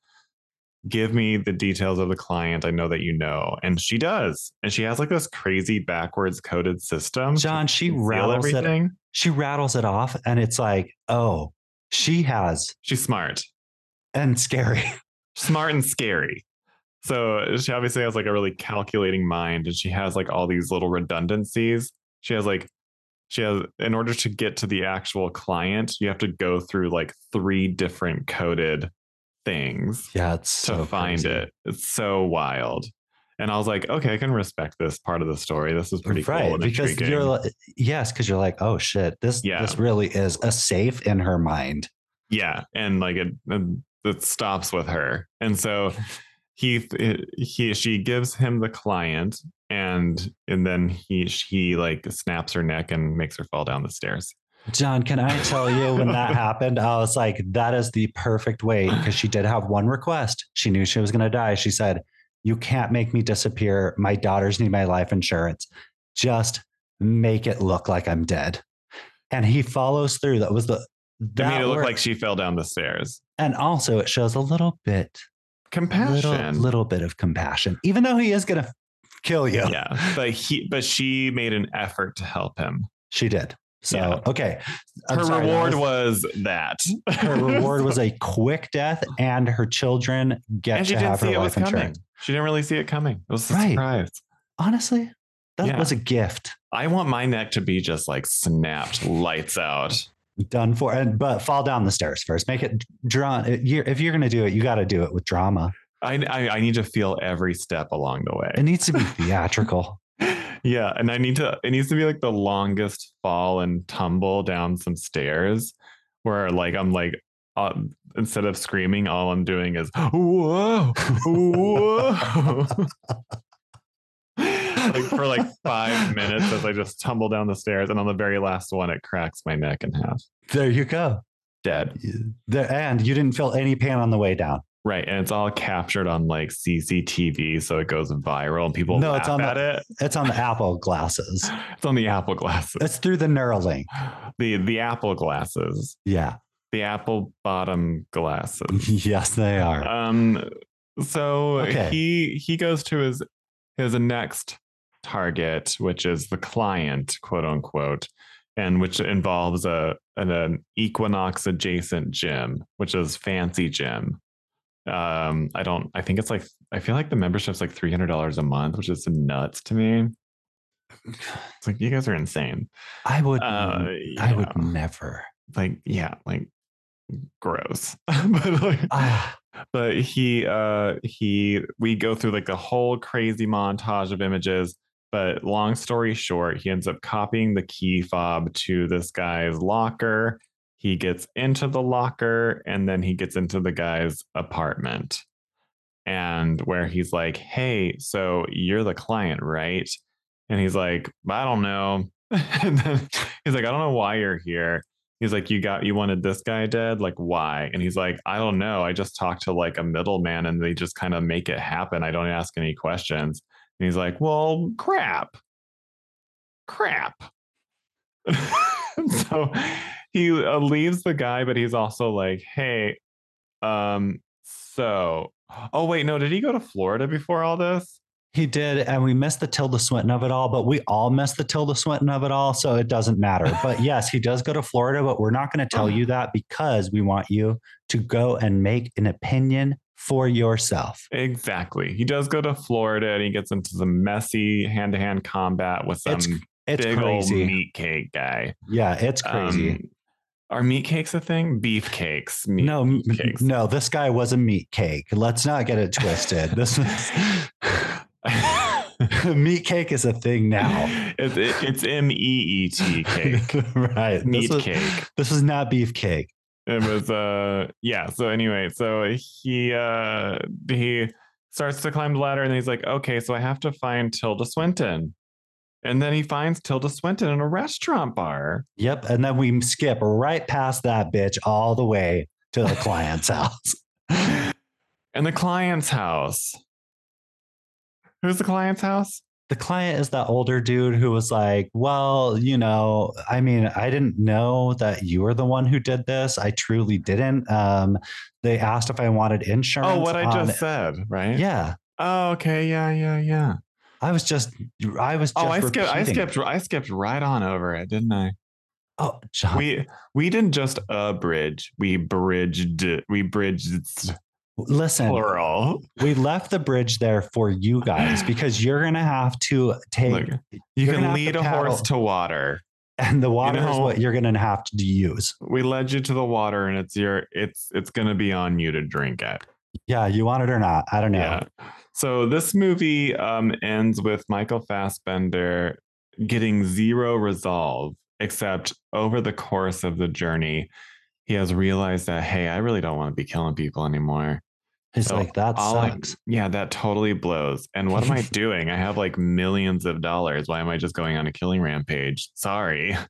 Speaker 2: give me the details of the client i know that you know and she does and she has like this crazy backwards coded system to
Speaker 1: John, she
Speaker 2: conceal
Speaker 1: rattles it. She rattles it off, and it's like, oh, she has
Speaker 2: she's smart
Speaker 1: and scary.
Speaker 2: smart and scary so she obviously has like a really calculating mind and she has like all these little redundancies she has like she has in order to get to the actual client you have to go through like three different coded things
Speaker 1: Yeah, it's
Speaker 2: to find it it's so wild and i was like okay i can respect this part of the story this is pretty
Speaker 1: right,
Speaker 2: cool and
Speaker 1: because
Speaker 2: intriguing.
Speaker 1: you're li- yes, because you're like, oh shit, this
Speaker 2: Yeah.
Speaker 1: this really is a safe in her mind.
Speaker 2: yeah and like it and it stops with her and so he he she gives him the client and and then he she like snaps her neck and makes her fall down the stairs
Speaker 1: John, can I tell you when that happened? I was like, that is the perfect way because she did have one request. She knew she was going to die. She said, You can't make me disappear. My daughters need my life insurance. Just make it look like I'm dead. And he follows through. That was the.
Speaker 2: i
Speaker 1: That
Speaker 2: mean it looked
Speaker 1: worked.
Speaker 2: like she fell down the stairs
Speaker 1: and also, it shows a little bit, little,
Speaker 2: compassion
Speaker 1: little bit of compassion, even though he is going to kill you.
Speaker 2: yeah but he but she made an effort to help him
Speaker 1: She did. So,
Speaker 2: Yeah.
Speaker 1: okay. I'm
Speaker 2: her
Speaker 1: sorry, that
Speaker 2: reward
Speaker 1: was-
Speaker 2: was, that
Speaker 1: her reward was a quick death, and her children get
Speaker 2: and she
Speaker 1: to
Speaker 2: didn't
Speaker 1: have
Speaker 2: see
Speaker 1: her
Speaker 2: it was
Speaker 1: life
Speaker 2: coming
Speaker 1: insurance.
Speaker 2: she didn't really see it coming it was a
Speaker 1: Right.
Speaker 2: surprise
Speaker 1: Honestly, that
Speaker 2: Yeah.
Speaker 1: was a gift
Speaker 2: i want my neck to be just like snapped lights out
Speaker 1: done for. And but fall down the stairs first. Make it drawn. If you're going to do it, you got to do it with drama.
Speaker 2: I, I I need to feel every step along the
Speaker 1: It
Speaker 2: way.
Speaker 1: needs to be theatrical.
Speaker 2: yeah, and I need to. It needs to be like the longest fall and tumble down some stairs, where like I'm like uh, instead of screaming, all I'm doing is whoa, whoa. like for like five minutes as I just tumble down the stairs, and on the very last one, it cracks my neck in half,
Speaker 1: There you go.
Speaker 2: dead.
Speaker 1: There, and you didn't feel any pain on the way down.
Speaker 2: Right, and it's all captured on like CCTV, so it goes viral, and people
Speaker 1: No,
Speaker 2: laugh
Speaker 1: it's on
Speaker 2: at
Speaker 1: the-
Speaker 2: it.
Speaker 1: It's on the Apple glasses.
Speaker 2: It's on the Apple glasses.
Speaker 1: It's through the Neuralink.
Speaker 2: the the Apple glasses,
Speaker 1: Yeah.
Speaker 2: the Apple bottom glasses.
Speaker 1: Yes, they are.
Speaker 2: Um, so
Speaker 1: Okay.
Speaker 2: he he goes to his his next target, which is the client, quote unquote, and which involves a an, an Equinox adjacent gym, which is fancy gym. Um, I don't. I think it's like I feel like the membership's like three hundred dollars a month, which is nuts to me. It's like you guys are insane.
Speaker 1: I would.
Speaker 2: Uh,
Speaker 1: um, I
Speaker 2: yeah
Speaker 1: would never.
Speaker 2: like yeah like gross but like
Speaker 1: Ah,
Speaker 2: but he uh he we go through like a whole crazy montage of images but long story short he ends up copying the key fob to this guy's locker he gets into the locker and then he gets into the guy's apartment and where he's like hey so you're the client right and he's like i don't know and then he's like i don't know why you're here he's like you got you wanted this guy dead like why and he's like i don't know i just talked to like a middleman and they just kind of make it happen i don't ask any questions and he's like well crap crap so he uh, leaves the guy but he's also like hey um so oh wait no did he go to florida before all this
Speaker 1: He did, and we missed the Tilda Swinton of it all, but we all missed the Tilda Swinton of it all, so it doesn't matter. But yes, he does go to Florida, but we're not going to
Speaker 2: Uh-huh.
Speaker 1: tell you that because we want you to go and make an opinion for yourself.
Speaker 2: exactly he does go to florida and he gets into some messy hand-to-hand combat with some
Speaker 1: It's it's
Speaker 2: big old
Speaker 1: crazy.
Speaker 2: meat cake guy
Speaker 1: Yeah, it's crazy.
Speaker 2: Um, Are meat cakes a thing? Beef cakes. Meat.
Speaker 1: no, m-
Speaker 2: cakes.
Speaker 1: no, this guy was a meat cake. Let's not get it twisted. this is, meat cake is a thing now.
Speaker 2: It's it, it's M E E T cake.
Speaker 1: right.
Speaker 2: Meat
Speaker 1: this was,
Speaker 2: cake.
Speaker 1: This was not beef cake.
Speaker 2: It was uh yeah. So anyway, so he uh he starts to climb the ladder and he's like, okay, so I have to find Tilda Swinton. And then he finds Tilda Swinton in a restaurant bar.
Speaker 1: Yep. And then we skip right past that bitch all the way to the client's house.
Speaker 2: in the client's house. Who's the client's house?
Speaker 1: The client is that older dude who was like, Well, you know, I mean, I didn't know that you were the one who did this. I truly didn't. Um, they asked if I wanted insurance.
Speaker 2: Oh, what I
Speaker 1: on-
Speaker 2: just said, right?
Speaker 1: Yeah.
Speaker 2: Oh, okay. Yeah, yeah, yeah.
Speaker 1: I was just, I was just.
Speaker 2: oh, I skipped. I
Speaker 1: repeating.
Speaker 2: skipped. I skipped right on over it, didn't I?
Speaker 1: Oh, John.
Speaker 2: We we didn't just abridge. We bridged. We bridged
Speaker 1: listen,
Speaker 2: plural.
Speaker 1: we left the bridge there for you guys because you're going to have to take,
Speaker 2: Look, you
Speaker 1: you're gonna
Speaker 2: can
Speaker 1: have
Speaker 2: lead
Speaker 1: to
Speaker 2: a horse
Speaker 1: paddle.
Speaker 2: to water.
Speaker 1: and the water is
Speaker 2: know-
Speaker 1: what you're going to have to use.
Speaker 2: We led you to the water, and it's your. It's it's gonna be on you to drink it.
Speaker 1: Yeah, you want it or not? I don't know.
Speaker 2: Yeah. So this movie um, ends with Michael Fassbender getting zero resolve, except over the course of the journey, he has realized that, hey, I really don't want to be killing people anymore.
Speaker 1: He's
Speaker 2: So
Speaker 1: like, that
Speaker 2: all I-
Speaker 1: sucks.
Speaker 2: Yeah, that totally blows. And what am I doing? I have like millions of dollars. Why am I just going on a killing rampage? Sorry.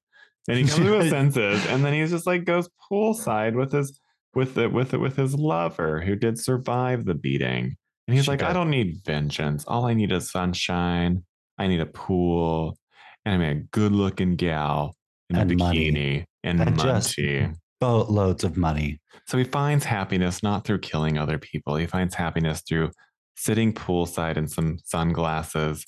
Speaker 2: And he comes to his senses, and then he's just like goes poolside with his with the with the, with his lover who did survive the beating. And he's
Speaker 1: She
Speaker 2: like, I
Speaker 1: did.
Speaker 2: don't need vengeance. All I need is sunshine. I need a pool, and I'm a good looking gal in a
Speaker 1: And money.
Speaker 2: bikini and
Speaker 1: And
Speaker 2: money.
Speaker 1: just- Boatloads of money.
Speaker 2: So he finds happiness not through killing other people. He finds happiness through sitting poolside in some sunglasses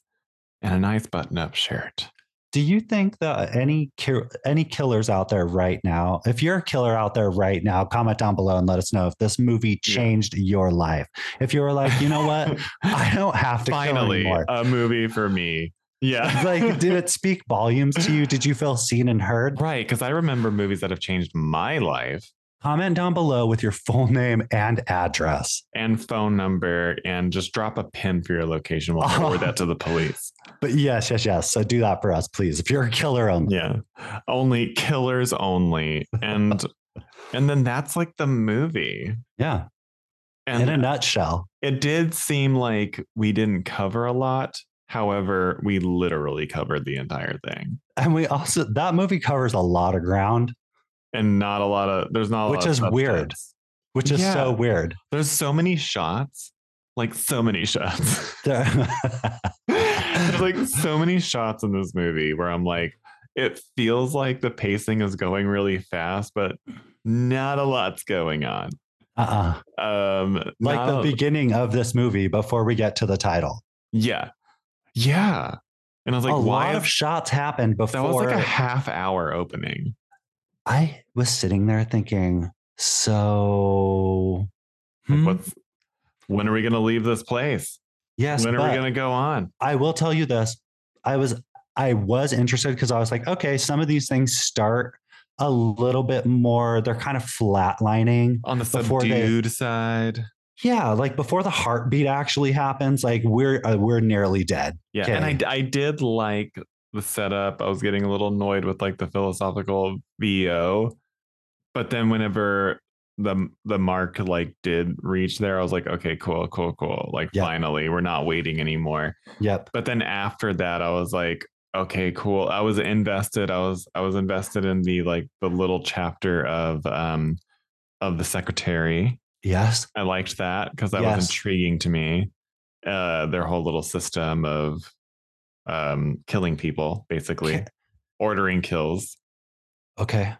Speaker 2: and a nice button-up shirt.
Speaker 1: Do you think that any ki- any killers out there right now, if you're a killer out there right now, comment down below and let us know if this movie
Speaker 2: Yeah.
Speaker 1: changed your life. If you were like, you know what, I don't have to
Speaker 2: Finally, uh,
Speaker 1: kill anymore.
Speaker 2: a movie for me. Yeah.
Speaker 1: like, did it speak volumes to you? Did you feel seen and heard?
Speaker 2: right, because I remember movies that have changed my life
Speaker 1: Comment down below with your full name and address.
Speaker 2: and phone number and just drop a pin for your location. We'll
Speaker 1: Oh.
Speaker 2: forward that to the police.
Speaker 1: But yes, yes, yes. So do that for us, please. If you're a killer only.
Speaker 2: Yeah. Only killers only. And and then that's like the movie.
Speaker 1: Yeah.
Speaker 2: And
Speaker 1: In a nutshell.
Speaker 2: It did seem like we didn't cover a lot. However, we literally covered the entire thing.
Speaker 1: And we also that movie covers a lot of ground,
Speaker 2: And not a lot of there's not a lot
Speaker 1: Which
Speaker 2: of
Speaker 1: is weird.
Speaker 2: substance.
Speaker 1: which is so
Speaker 2: Yeah.
Speaker 1: weird.
Speaker 2: There's so many shots. Like so many shots.
Speaker 1: There-
Speaker 2: There's like so many shots in this movie where I'm like, it feels like the pacing is going really fast, but not a lot's going on.
Speaker 1: uh-uh.
Speaker 2: Um
Speaker 1: Like
Speaker 2: not
Speaker 1: the
Speaker 2: a-
Speaker 1: beginning of this movie before we get to the title.
Speaker 2: Yeah. Yeah. And I was like,
Speaker 1: a
Speaker 2: why
Speaker 1: lot of
Speaker 2: is-
Speaker 1: shots happened
Speaker 2: that was
Speaker 1: before
Speaker 2: like a half hour opening.
Speaker 1: I was sitting there thinking, so
Speaker 2: Like,
Speaker 1: hmm,
Speaker 2: What's when are we gonna leave this place?
Speaker 1: yes,
Speaker 2: when are
Speaker 1: but
Speaker 2: we gonna go on?
Speaker 1: I will tell you this. I was I was interested because I was like, okay, some of these things start a little bit more, they're kind of flatlining.
Speaker 2: On the
Speaker 1: Before they-
Speaker 2: subdued side.
Speaker 1: Yeah, like before the heartbeat actually happens, like we're uh, we're nearly dead.
Speaker 2: Yeah. And I I did like the setup. I was getting a little annoyed with like the philosophical VO. But then whenever the the mark like did reach there, I was like, okay, cool, cool, cool. Like
Speaker 1: Yeah.
Speaker 2: finally, we're not waiting anymore.
Speaker 1: Yep.
Speaker 2: but then after that i was like okay cool i was invested i was i was invested in the like the little chapter of um of the secretary
Speaker 1: Yes.
Speaker 2: i liked that because that was
Speaker 1: Yes.
Speaker 2: intriguing to me uh their whole little system of um killing people basically
Speaker 1: Okay.
Speaker 2: ordering kills
Speaker 1: Okay.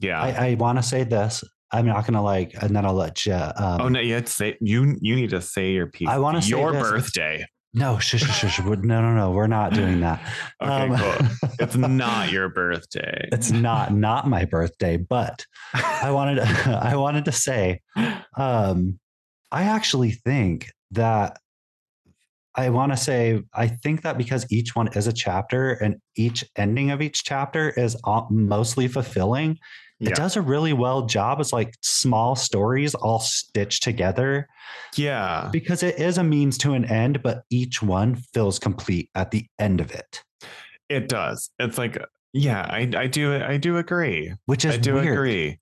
Speaker 2: yeah
Speaker 1: I, I want to say this. I'm not gonna like, and then I'll let you. Um,
Speaker 2: oh no you had to say you you need to say your piece
Speaker 1: I wanna say
Speaker 2: your
Speaker 1: this.
Speaker 2: birthday
Speaker 1: no, shush, shush, shush. We're- No, no, no. We're not doing that.
Speaker 2: okay
Speaker 1: Um,
Speaker 2: cool it's not your birthday
Speaker 1: It's not not my birthday, but I wanted I wanted to say um, I actually think that I want to say I think that because each one is a chapter and each ending of each chapter is all- mostly fulfilling,
Speaker 2: Yeah.
Speaker 1: It does a really well job. It's like small stories all stitched together
Speaker 2: Yeah.
Speaker 1: because it is a means to an end, but each one feels complete at the end of it,
Speaker 2: It does. It's like yeah, I I do I do agree.
Speaker 1: which is
Speaker 2: I do
Speaker 1: weird.
Speaker 2: agree.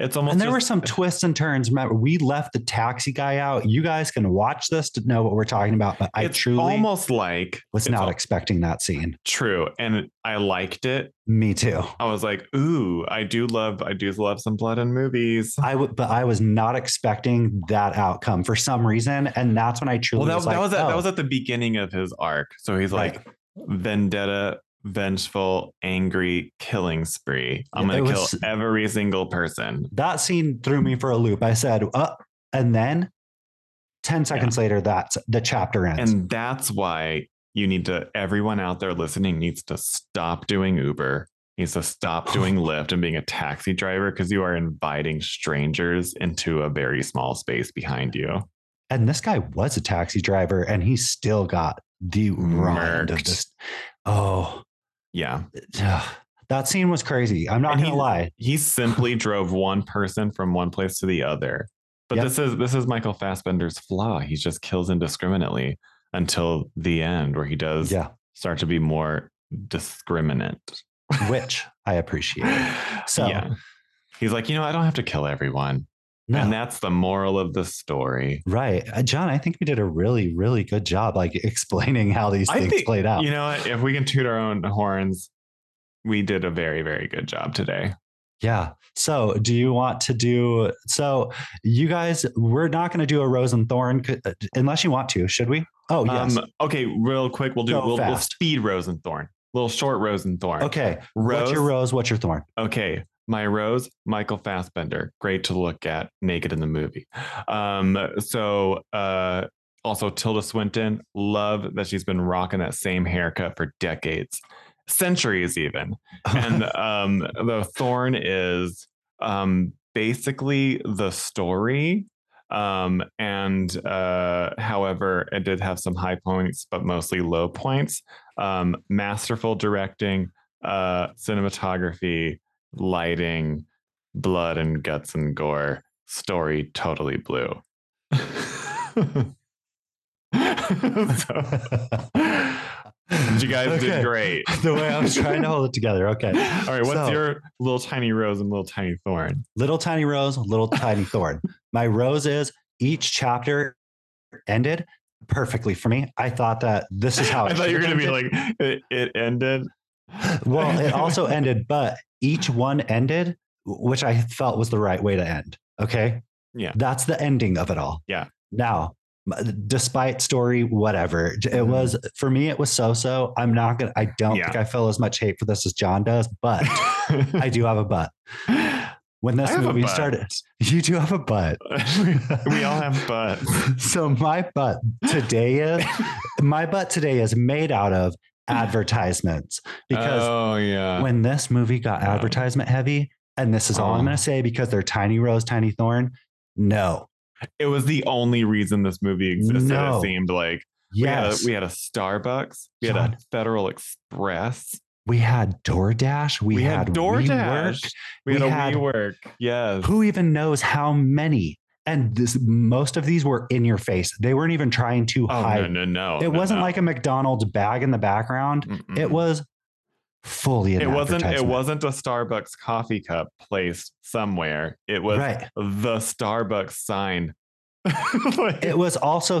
Speaker 2: It's almost
Speaker 1: And there
Speaker 2: just-
Speaker 1: were some twists and turns. Remember, we left the taxi guy out. You guys can watch this to know what we're talking about, but I
Speaker 2: it's
Speaker 1: truly
Speaker 2: almost like
Speaker 1: was
Speaker 2: it's
Speaker 1: not
Speaker 2: al-
Speaker 1: expecting that scene.
Speaker 2: true, and I liked it.
Speaker 1: Me too.
Speaker 2: I was like, ooh, I do love I do love some blood in movies.
Speaker 1: I would, but I was not expecting that outcome for some reason, and that's when I truly
Speaker 2: Well, that
Speaker 1: was
Speaker 2: was,
Speaker 1: like,
Speaker 2: that was at, that
Speaker 1: oh,
Speaker 2: was at the beginning of his arc. So he's
Speaker 1: right.
Speaker 2: like vendetta, vengeful, angry, killing spree. I'm
Speaker 1: Yeah,
Speaker 2: gonna
Speaker 1: it
Speaker 2: kill
Speaker 1: was-
Speaker 2: every single person.
Speaker 1: that scene threw me for a loop. I said, uh, and then ten seconds later, that's the chapter ends.
Speaker 2: And that's why you need to everyone out there listening needs to stop doing Uber. Needs to stop doing Lyft and being a taxi driver because you are inviting strangers into a very small space behind you.
Speaker 1: and this guy was a taxi driver, and he still got the raw end of
Speaker 2: Murked.
Speaker 1: this. Oh,
Speaker 2: Yeah.
Speaker 1: ugh. that scene was crazy. I'm not
Speaker 2: And
Speaker 1: gonna
Speaker 2: he-
Speaker 1: lie.
Speaker 2: he simply drove one person from one place to the other. But
Speaker 1: Yep.
Speaker 2: this is this is Michael Fassbender's flaw. He just kills indiscriminately until the end, where he does
Speaker 1: Yeah,
Speaker 2: start to be more discriminant.
Speaker 1: which I appreciate. So-
Speaker 2: he's like, you know, I don't have to kill everyone,
Speaker 1: No.
Speaker 2: and that's the moral of the story.
Speaker 1: Right. Uh, John, I think we did a really, really good job like explaining how these
Speaker 2: I
Speaker 1: things
Speaker 2: think-
Speaker 1: played out.
Speaker 2: You know, what? if we can toot our own horns, we did a very very good job today.
Speaker 1: Yeah. So, do you want to do so? You guys, we're not going to do a rose and thorn c- uh, unless you want to. Should we? Oh, yes.
Speaker 2: Um, okay, real quick, we'll do
Speaker 1: Go
Speaker 2: we'll, we'll
Speaker 1: fast.
Speaker 2: speed Rosenthorn, little short Rosenthorn.
Speaker 1: okay.
Speaker 2: Rose,
Speaker 1: What's your rose? What's your thorn?
Speaker 2: okay, my rose, Michael Fassbender, great to look at naked in the movie. Um, so uh, also Tilda Swinton, love that she's been rocking that same haircut for decades, centuries even and um, the thorn is um, basically the story. Um, and uh, however, it did have some high points, but mostly low points. Um, masterful directing, uh, cinematography, lighting, blood and guts and gore. Story totally blue. So, you guys
Speaker 1: Okay.
Speaker 2: did great.
Speaker 1: the way I was trying to hold it together. Okay.
Speaker 2: All right, what's
Speaker 1: So,
Speaker 2: your little tiny rose and little tiny thorn?
Speaker 1: little tiny rose, little tiny thorn? My rose is each chapter ended perfectly for me. I thought that this is how
Speaker 2: I
Speaker 1: it
Speaker 2: thought you were going
Speaker 1: should
Speaker 2: to be
Speaker 1: end.
Speaker 2: like, it, it ended.
Speaker 1: Well, it also ended, but each one ended, which I felt was the right way to end. Okay.
Speaker 2: Yeah.
Speaker 1: That's the ending of it all.
Speaker 2: Yeah.
Speaker 1: Now, m- despite story, whatever, j- it was for me, it was so so. I'm not going to, I don't
Speaker 2: Mm-hmm. Yeah.
Speaker 1: think I feel as much hate for this as John does, but I do have a but. When
Speaker 2: I
Speaker 1: this
Speaker 2: have a
Speaker 1: movie
Speaker 2: but.
Speaker 1: started, you do have a but.
Speaker 2: we all have butts.
Speaker 1: So my butt today is my butt today is made out of advertisements because
Speaker 2: oh, yeah.
Speaker 1: when this movie got
Speaker 2: Yeah.
Speaker 1: advertisement heavy, and this is all I'm
Speaker 2: Oh.
Speaker 1: going to say because they're tiny rose, tiny thorn. No.
Speaker 2: it was the only reason this movie existed.
Speaker 1: No.
Speaker 2: It seemed like
Speaker 1: Yes.
Speaker 2: we, had a, we had a Starbucks, we had
Speaker 1: John.
Speaker 2: a Federal Express,
Speaker 1: We had DoorDash. We, had,
Speaker 2: DoorDash,
Speaker 1: WeWork.
Speaker 2: we,
Speaker 1: We
Speaker 2: had,
Speaker 1: had-
Speaker 2: a WeWork. Yes.
Speaker 1: Who even knows how many? And this, most of these were in your face. They weren't even trying to
Speaker 2: Oh,
Speaker 1: hide.
Speaker 2: no, no, no.
Speaker 1: it wasn't like a McDonald's bag in the background. It was fully an
Speaker 2: Mm-hmm. It wasn't. It
Speaker 1: advertisement.
Speaker 2: wasn't a Starbucks coffee cup placed somewhere. It was
Speaker 1: right.
Speaker 2: the Starbucks sign. Like,
Speaker 1: It was also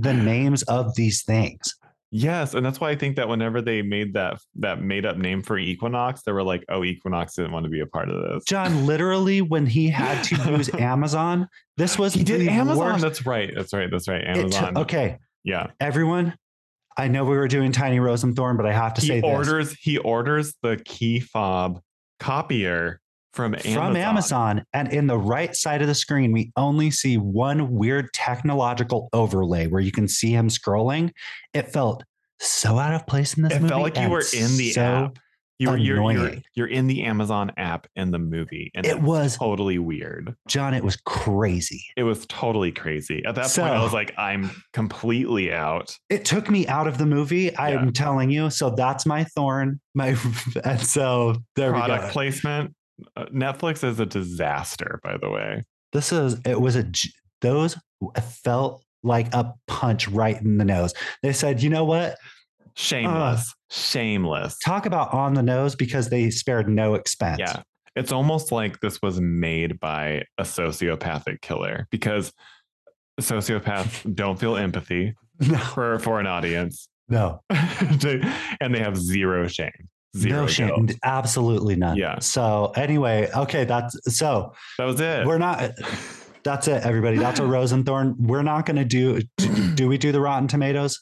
Speaker 1: the names of these things.
Speaker 2: yes, and that's why I think that whenever they made that that made up name for Equinox, they were like, "Oh, Equinox didn't want to be a part of this."
Speaker 1: John, literally, when he had to use Amazon, this was
Speaker 2: He did
Speaker 1: the
Speaker 2: Amazon.
Speaker 1: worst-
Speaker 2: That's right. That's right. That's right.
Speaker 1: It took-
Speaker 2: Amazon.
Speaker 1: okay,
Speaker 2: Yeah.
Speaker 1: everyone. I know we were doing Tiny Rose and Thorn, but I have to say
Speaker 2: He
Speaker 1: this
Speaker 2: orders. He orders the key fob copier from Amazon.
Speaker 1: from Amazon, and in the right side of the screen, we only see one weird technological overlay where you can see him scrolling. It felt so out of place in this
Speaker 2: It
Speaker 1: movie.
Speaker 2: felt like you
Speaker 1: and
Speaker 2: were in the
Speaker 1: so-
Speaker 2: app. You were, you're, you're,
Speaker 1: annoying.
Speaker 2: you're in the Amazon app in the movie, and
Speaker 1: It
Speaker 2: it's
Speaker 1: was
Speaker 2: totally weird.
Speaker 1: John. It was crazy.
Speaker 2: It was totally crazy. At that
Speaker 1: So-
Speaker 2: point, I was like, I'm completely out.
Speaker 1: it took me out of the movie. I'm telling you. So that's my thorn. My and so there
Speaker 2: Product
Speaker 1: we go.
Speaker 2: placement, uh, Netflix is a disaster, by the way.
Speaker 1: This is it was a j- those felt like a punch right in the nose. They said, you know what?
Speaker 2: Shameless, shameless.
Speaker 1: Talk about on the nose because they spared no expense.
Speaker 2: Yeah. It's almost like this was made by a sociopathic killer because sociopaths don't feel empathy
Speaker 1: No,
Speaker 2: for, for an audience
Speaker 1: no,
Speaker 2: They- and they have zero shame. Zero
Speaker 1: no shame.
Speaker 2: guilt.
Speaker 1: Absolutely none.
Speaker 2: Yeah.
Speaker 1: So anyway, okay, that's so
Speaker 2: That was it.
Speaker 1: we're not that's it, everybody. That's a rose and thorn. We're not gonna do do we do the rotten tomatoes?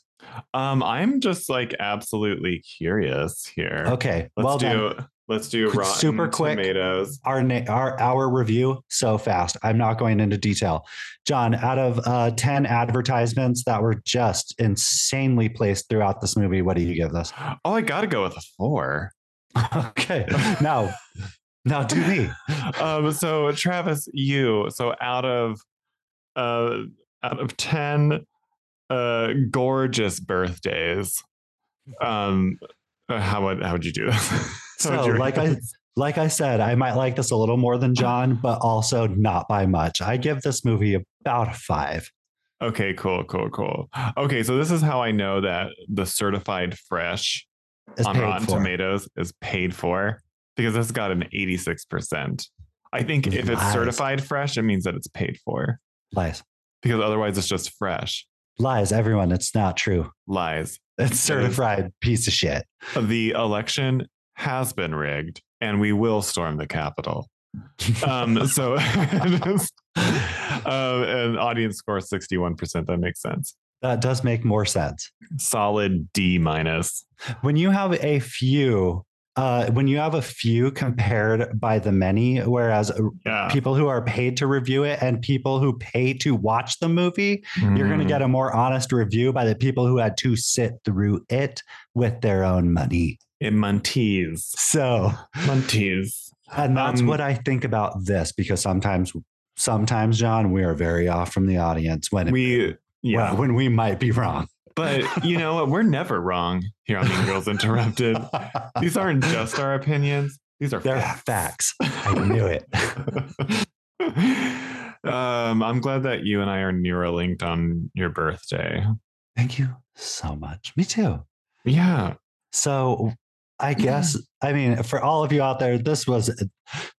Speaker 2: um, I'm just like absolutely curious here.
Speaker 1: Okay.
Speaker 2: Let's
Speaker 1: well then
Speaker 2: do let's do
Speaker 1: Quick-
Speaker 2: rotten
Speaker 1: super quick.
Speaker 2: tomatoes.
Speaker 1: our na- our our review so fast. I'm not going into detail. John, out of uh, ten advertisements that were just insanely placed throughout this movie, what do you give this?
Speaker 2: Oh, I gotta go with a four.
Speaker 1: okay, now now do me.
Speaker 2: um, so Travis, you so out of uh out of ten uh gorgeous birthdays, um, uh, how would how would you do this? How would
Speaker 1: Mm-hmm. So
Speaker 2: you rate
Speaker 1: like I
Speaker 2: this?
Speaker 1: like I said, I might like this a little more than John, but also not by much. I give this movie about a five.
Speaker 2: okay, cool, cool, cool. Okay, so this is how I know that the certified fresh
Speaker 1: It's
Speaker 2: on
Speaker 1: paid
Speaker 2: Rotten
Speaker 1: for.
Speaker 2: Tomatoes is paid for because this got an 86%. I think if it's
Speaker 1: Nice.
Speaker 2: certified fresh, it means that it's paid for
Speaker 1: Lies,
Speaker 2: because otherwise it's just fresh.
Speaker 1: lies, everyone. It's not true.
Speaker 2: Lies.
Speaker 1: It's certified piece of shit.
Speaker 2: The election has been rigged and we will storm the Capitol. Um, so um, an audience score 61%. That makes sense.
Speaker 1: that does make more sense.
Speaker 2: Solid D minus.
Speaker 1: when you have a few uh, when you have a few compared by the many whereas uh,
Speaker 2: Yeah.
Speaker 1: people who are paid to review it and people who pay to watch the movie you're going to
Speaker 2: Mhm.
Speaker 1: get a more honest review by the people who had to sit through it with their own money
Speaker 2: in Montes.
Speaker 1: so
Speaker 2: Montes.
Speaker 1: and that's
Speaker 2: Um,
Speaker 1: what i think about this because sometimes sometimes john we are very off from the audience when
Speaker 2: We, yeah.
Speaker 1: well, when we might be wrong
Speaker 2: But you know what? We're never wrong here on Mean Girls Interrupted. These aren't just our opinions; these are
Speaker 1: they're facts i knew it
Speaker 2: um, I'm glad that you and I are neuralinked on your birthday.
Speaker 1: thank you so much me too
Speaker 2: Yeah,
Speaker 1: So I guess I mean for all of you out there, this was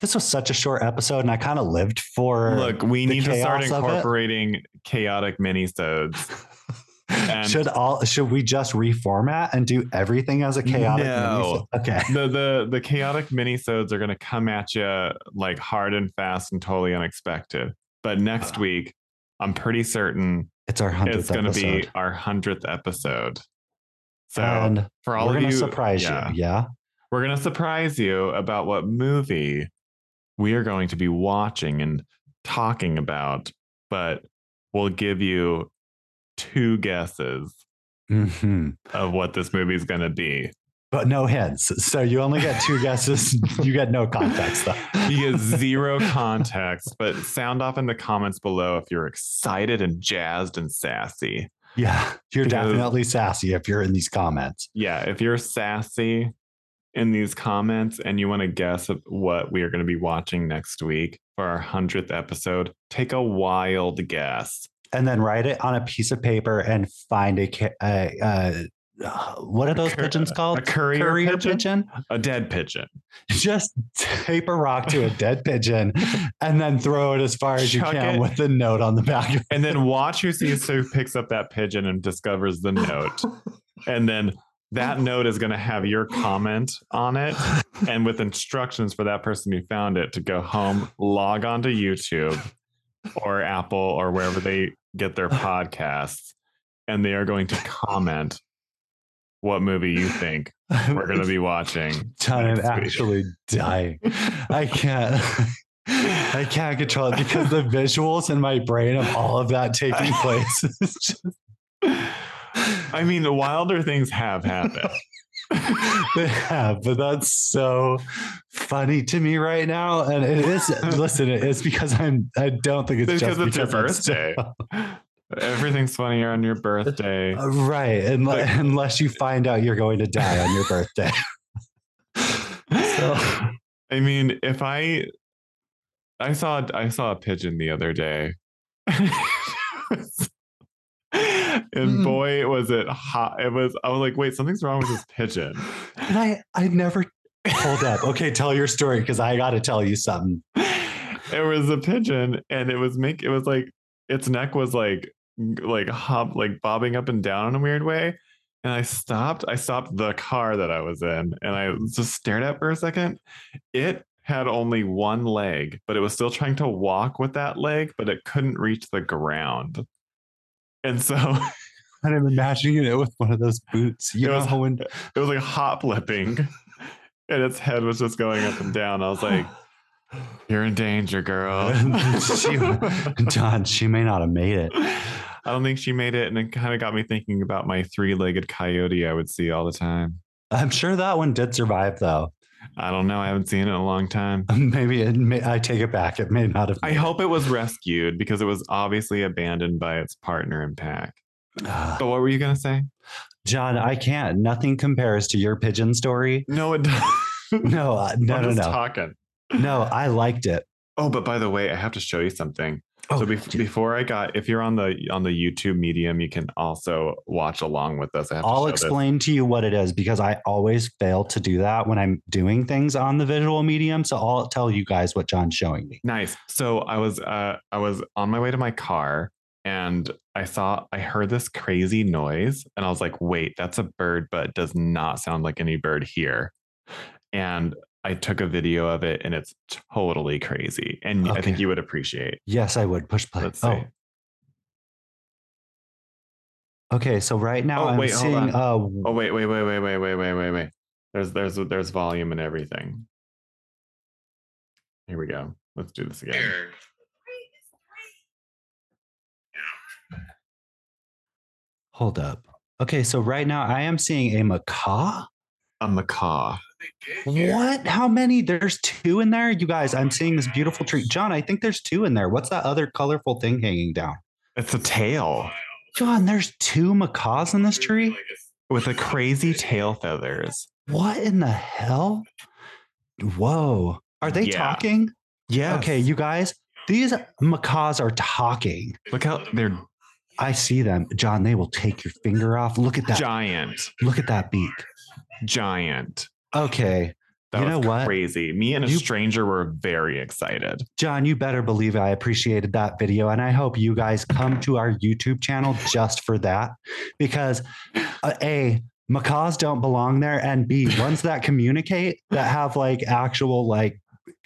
Speaker 1: this was such a short episode, and I kind of lived for
Speaker 2: look, we
Speaker 1: the
Speaker 2: need to start
Speaker 1: chaos of it.
Speaker 2: incorporating chaotic minisodes. and-
Speaker 1: should all should we just reformat and do everything as a chaotic?
Speaker 2: No.
Speaker 1: miniso- Okay.
Speaker 2: The the the chaotic minisodes are going to come at you like hard and fast and totally unexpected. But next week, I'm pretty certain
Speaker 1: It's our Uh. hundredth
Speaker 2: it's going to
Speaker 1: episode,
Speaker 2: be our hundredth episode. So
Speaker 1: and
Speaker 2: for all
Speaker 1: we're
Speaker 2: of
Speaker 1: gonna
Speaker 2: you,
Speaker 1: surprise
Speaker 2: yeah,
Speaker 1: you. Yeah.
Speaker 2: We're going to surprise you about what movie we are going to be watching and talking about, but we'll give you two guesses
Speaker 1: Mhm.
Speaker 2: of what this movie is going to be.
Speaker 1: But no hints, so you only get two guesses. you get no context, though.
Speaker 2: you get zero context, but sound off in the comments below if you're excited and jazzed and sassy.
Speaker 1: Yeah, you're
Speaker 2: Because-
Speaker 1: definitely sassy if you're in these comments.
Speaker 2: yeah, if you're sassy in these comments and you want to guess of what we are going to be watching next week for our 100th episode, take a wild guess.
Speaker 1: and then write it on a piece of paper and find a, ca- a, uh what are those
Speaker 2: cur-
Speaker 1: pigeons called?
Speaker 2: A courier,
Speaker 1: Courier
Speaker 2: pigeon? A dead pigeon.
Speaker 1: Just tape a rock to a dead pigeon and then throw it as far as
Speaker 2: Chuck
Speaker 1: you can
Speaker 2: it.
Speaker 1: with a note on the back. of
Speaker 2: And then watch who sees who picks up that pigeon and discovers the note. And then that note is going to have your comment on it and with instructions for that person who found it to go home, log on to YouTube or Apple or wherever they get their podcasts. And they are going to comment what movie you think we're going to be watching.
Speaker 1: John, I'm
Speaker 2: next week.
Speaker 1: actually dying. I can't. I can't control it because the visuals in my brain of all of that taking place is just,
Speaker 2: I mean, the wilder things have happened.
Speaker 1: they have, but that's so funny to me right now. And it is listen, it's because I'm I don't think it's
Speaker 2: Because
Speaker 1: just
Speaker 2: it's your
Speaker 1: because
Speaker 2: birthday.
Speaker 1: I'm so-
Speaker 2: Everything's funnier on your birthday.
Speaker 1: Uh, right. Unless,
Speaker 2: But-
Speaker 1: unless you find out you're going to die on your birthday. So
Speaker 2: I mean, if I I saw I saw a pigeon the other day. and
Speaker 1: Hmm.
Speaker 2: boy, was it hot. It was I was like, wait, something's wrong with this pigeon.
Speaker 1: And I, I never hold up. Okay, tell your story because I got to tell you something.
Speaker 2: it was a pigeon and it was make it was like its neck was like like hop like bobbing up and down in a weird way and i stopped i stopped the car that i was in and i just stared at it for a second it had only one leg but it was still trying to walk with that leg but it couldn't reach the ground and so
Speaker 1: And I'm imagining it with one of those boots. You
Speaker 2: It
Speaker 1: know
Speaker 2: was-
Speaker 1: how when
Speaker 2: it was like hop lipping and its head was just going up and down i was like you're in danger girl
Speaker 1: she, John, she may not have made it.
Speaker 2: I don't think she made it, and it kind of got me thinking about my three-legged coyote I would see all the time.
Speaker 1: I'm sure that one did survive though.
Speaker 2: I don't know; I haven't seen it in a long time.
Speaker 1: Maybe it may, I take it back. It may not have.
Speaker 2: I hope it was rescued because it was obviously abandoned by its partner in pack.
Speaker 1: Ah.
Speaker 2: But what were you gonna say?
Speaker 1: John, I can't. Nothing compares to your pigeon story.
Speaker 2: No, it. Doesn't.
Speaker 1: No, uh, no,
Speaker 2: I'm
Speaker 1: no,
Speaker 2: just
Speaker 1: no.
Speaker 2: Talking.
Speaker 1: No, I liked it.
Speaker 2: Oh, but by the way, I have to show you something.
Speaker 1: Oh,
Speaker 2: so bef- before I got, if you're on the on the YouTube medium, you can also watch along with us. I have to
Speaker 1: I'll
Speaker 2: show this.
Speaker 1: explain to you what it is because I always fail to do that when I'm doing things on the visual medium. So I'll tell you guys what John's showing me.
Speaker 2: Nice. So I was uh I was on my way to my car and I saw I heard this crazy noise and I was like, "Wait, that's a bird, but it does not sound like any bird here." And I took a video of it and it's totally crazy and I think
Speaker 1: Okay.
Speaker 2: you would appreciate.
Speaker 1: Yes, I would push play.
Speaker 2: Let's see.
Speaker 1: oh, okay. So right now
Speaker 2: Oh,
Speaker 1: I'm
Speaker 2: wait, hold
Speaker 1: seeing. Uh,
Speaker 2: Oh wait, wait, wait, wait, wait, wait, wait, wait, wait. There's there's there's volume and everything. Here we go. Let's do this again.
Speaker 3: Here.
Speaker 1: hold up. Okay, so right now I am seeing a macaw.
Speaker 2: A macaw.
Speaker 1: What? How many? There's two in there, you guys. I'm seeing this beautiful tree, John. I think there's two in there. What's that other colorful thing hanging down?
Speaker 2: It's a tail
Speaker 1: John, there's two macaws in this tree.
Speaker 2: with a crazy tail feathers.
Speaker 1: What in the hell? Whoa. Are they
Speaker 2: Yeah.
Speaker 1: talking?
Speaker 2: Yeah.
Speaker 1: Okay, you guys, these macaws are talking.
Speaker 2: Look how they're
Speaker 1: I see them. John, they will take your finger off. Look at that.
Speaker 2: giant,
Speaker 1: Look at that beak.
Speaker 2: giant.
Speaker 1: Okay.
Speaker 2: That
Speaker 1: You
Speaker 2: was
Speaker 1: know what?
Speaker 2: crazy. Me and a
Speaker 1: You-
Speaker 2: stranger were very excited.
Speaker 1: John, you better believe I appreciated that video. And I hope you guys come to our YouTube channel just for that because uh, A, macaws don't belong there. And B, ones that communicate, that have like actual like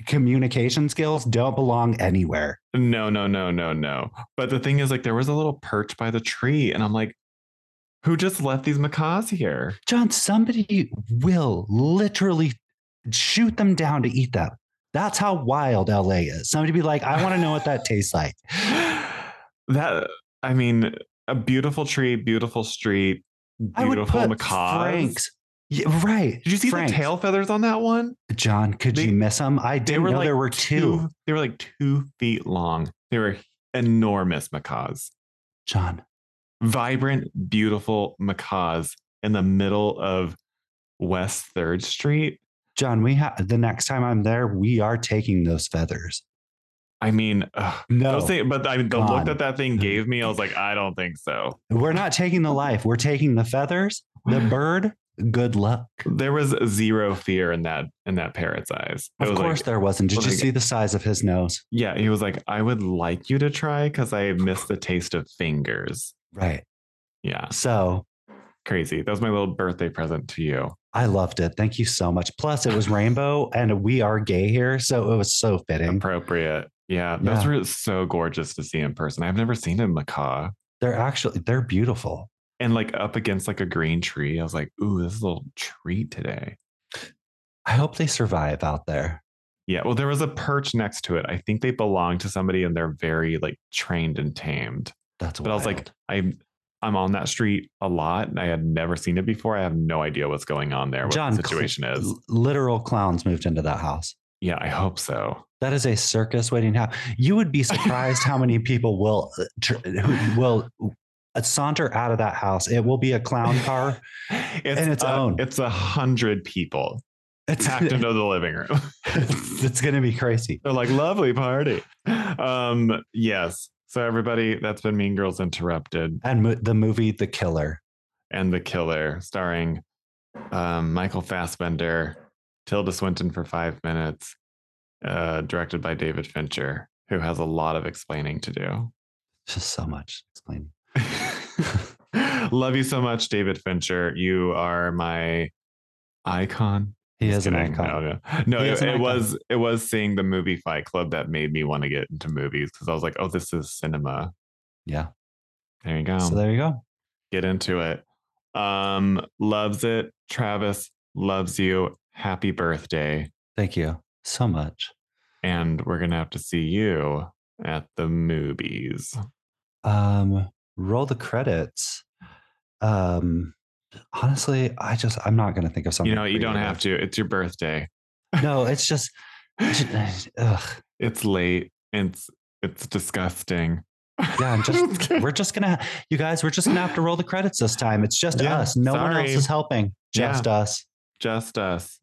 Speaker 1: communication skills, don't belong anywhere.
Speaker 2: No, no, no, no, no. But the thing is, like, there was a little perch by the tree, and I'm like, who just left these macaws here?
Speaker 1: John, somebody will literally shoot them down to eat them. That's how wild LA is. Somebody be like, I want to know what that tastes like.
Speaker 2: That I mean, a beautiful tree, beautiful street,
Speaker 1: I would
Speaker 2: beautiful
Speaker 1: put
Speaker 2: macaws.
Speaker 1: Frank's. Yeah, right.
Speaker 2: Did you see
Speaker 1: Frank's.
Speaker 2: the tail feathers on that one?
Speaker 1: John, could
Speaker 2: They-
Speaker 1: you miss them? I
Speaker 2: They
Speaker 1: didn't
Speaker 2: were
Speaker 1: know
Speaker 2: like
Speaker 1: there were two.
Speaker 2: They were like two feet long. They were enormous macaws.
Speaker 1: John,
Speaker 2: vibrant, beautiful macaws in the middle of West Third Street.
Speaker 1: John, we have the next time I'm there, we are taking those feathers.
Speaker 2: I mean, ugh,
Speaker 1: No,
Speaker 2: those things, but I mean, the
Speaker 1: gone.
Speaker 2: look that that thing gave me, I was like, I don't think so.
Speaker 1: we're not taking the life. We're taking the feathers, the bird. Good luck.
Speaker 2: There was zero fear in that in that parrot's eyes. It
Speaker 1: Of
Speaker 2: was like-
Speaker 1: course, there wasn't. Did
Speaker 2: was
Speaker 1: you
Speaker 2: like-
Speaker 1: see the size of his nose?
Speaker 2: yeah, he was like, I would like you to try because I miss the taste of fingers.
Speaker 1: Right.
Speaker 2: Yeah,
Speaker 1: So
Speaker 2: crazy. That was my little birthday present to you.
Speaker 1: I loved it. Thank you so much. Plus, it was rainbow, and we are gay here, so it was so fitting.
Speaker 2: Appropriate. Yeah, those
Speaker 1: Yeah.
Speaker 2: were so gorgeous to see in person. I've never seen a macaw.
Speaker 1: They're actually they're beautiful.
Speaker 2: and like up against like a green tree. I was like, ooh, this is a little treat today.
Speaker 1: I hope they survive out there.
Speaker 2: Yeah. Well, there was a perch next to it. I think they belong to somebody and they're very like trained and tamed.
Speaker 1: That's
Speaker 2: But
Speaker 1: what
Speaker 2: I was like, I'm I'm on that street a lot and I had never seen it before. I have no idea what's going on there, what
Speaker 1: John,
Speaker 2: the situation
Speaker 1: cl-
Speaker 2: is.
Speaker 1: l- literal clowns moved into that house.
Speaker 2: Yeah, I hope so.
Speaker 1: That is a circus waiting to happen. You would be surprised how many people will uh, tr- who will uh, saunter out of that house. It will be a clown car.
Speaker 2: It's
Speaker 1: its
Speaker 2: a-
Speaker 1: own.
Speaker 2: It's a hundred people.
Speaker 1: It's
Speaker 2: packed into the living room.
Speaker 1: it's gonna be crazy.
Speaker 2: They're like, lovely party. Um, yes. So everybody, that's been Mean Girls Interrupted
Speaker 1: And mo- the movie The Killer.
Speaker 2: and The Killer, starring um, Michael Fassbender, Tilda Swinton for five minutes, uh, directed by David Fincher, who has a lot of explaining to do.
Speaker 1: Just so much explaining.
Speaker 2: Love you so much, David Fincher. You are my icon.
Speaker 1: He
Speaker 2: Just
Speaker 1: is an
Speaker 2: kidding.
Speaker 1: icon.
Speaker 2: No, no, no
Speaker 1: He
Speaker 2: it,
Speaker 1: is an
Speaker 2: it
Speaker 1: icon.
Speaker 2: was it was seeing the movie Fight Club that made me want to get into movies because I was like, oh, this is cinema.
Speaker 1: Yeah.
Speaker 2: There you go.
Speaker 1: so there you go.
Speaker 2: get into it. Um, loves it. Travis loves you. Happy birthday.
Speaker 1: Thank you so much.
Speaker 2: And we're gonna have to see you at the movies.
Speaker 1: Um, roll the credits. Um, honestly, I just I'm not gonna think of something.
Speaker 2: you know, you don't have to. It's your birthday.
Speaker 1: to. No, it's just. ugh.
Speaker 2: it's late. It's it's disgusting.
Speaker 1: Yeah, I'm just- We're just gonna, you guys. We're just gonna have to roll the credits this time. It's just
Speaker 2: Yeah,
Speaker 1: us. No one
Speaker 2: sorry.
Speaker 1: else is helping. Just us
Speaker 2: just us.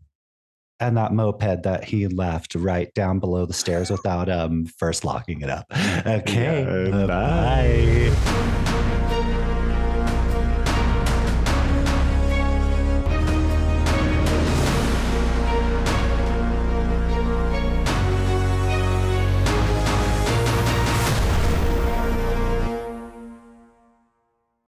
Speaker 1: and that moped that he left right down below the stairs without um first locking it up. Okay,
Speaker 2: Yeah,
Speaker 1: bye.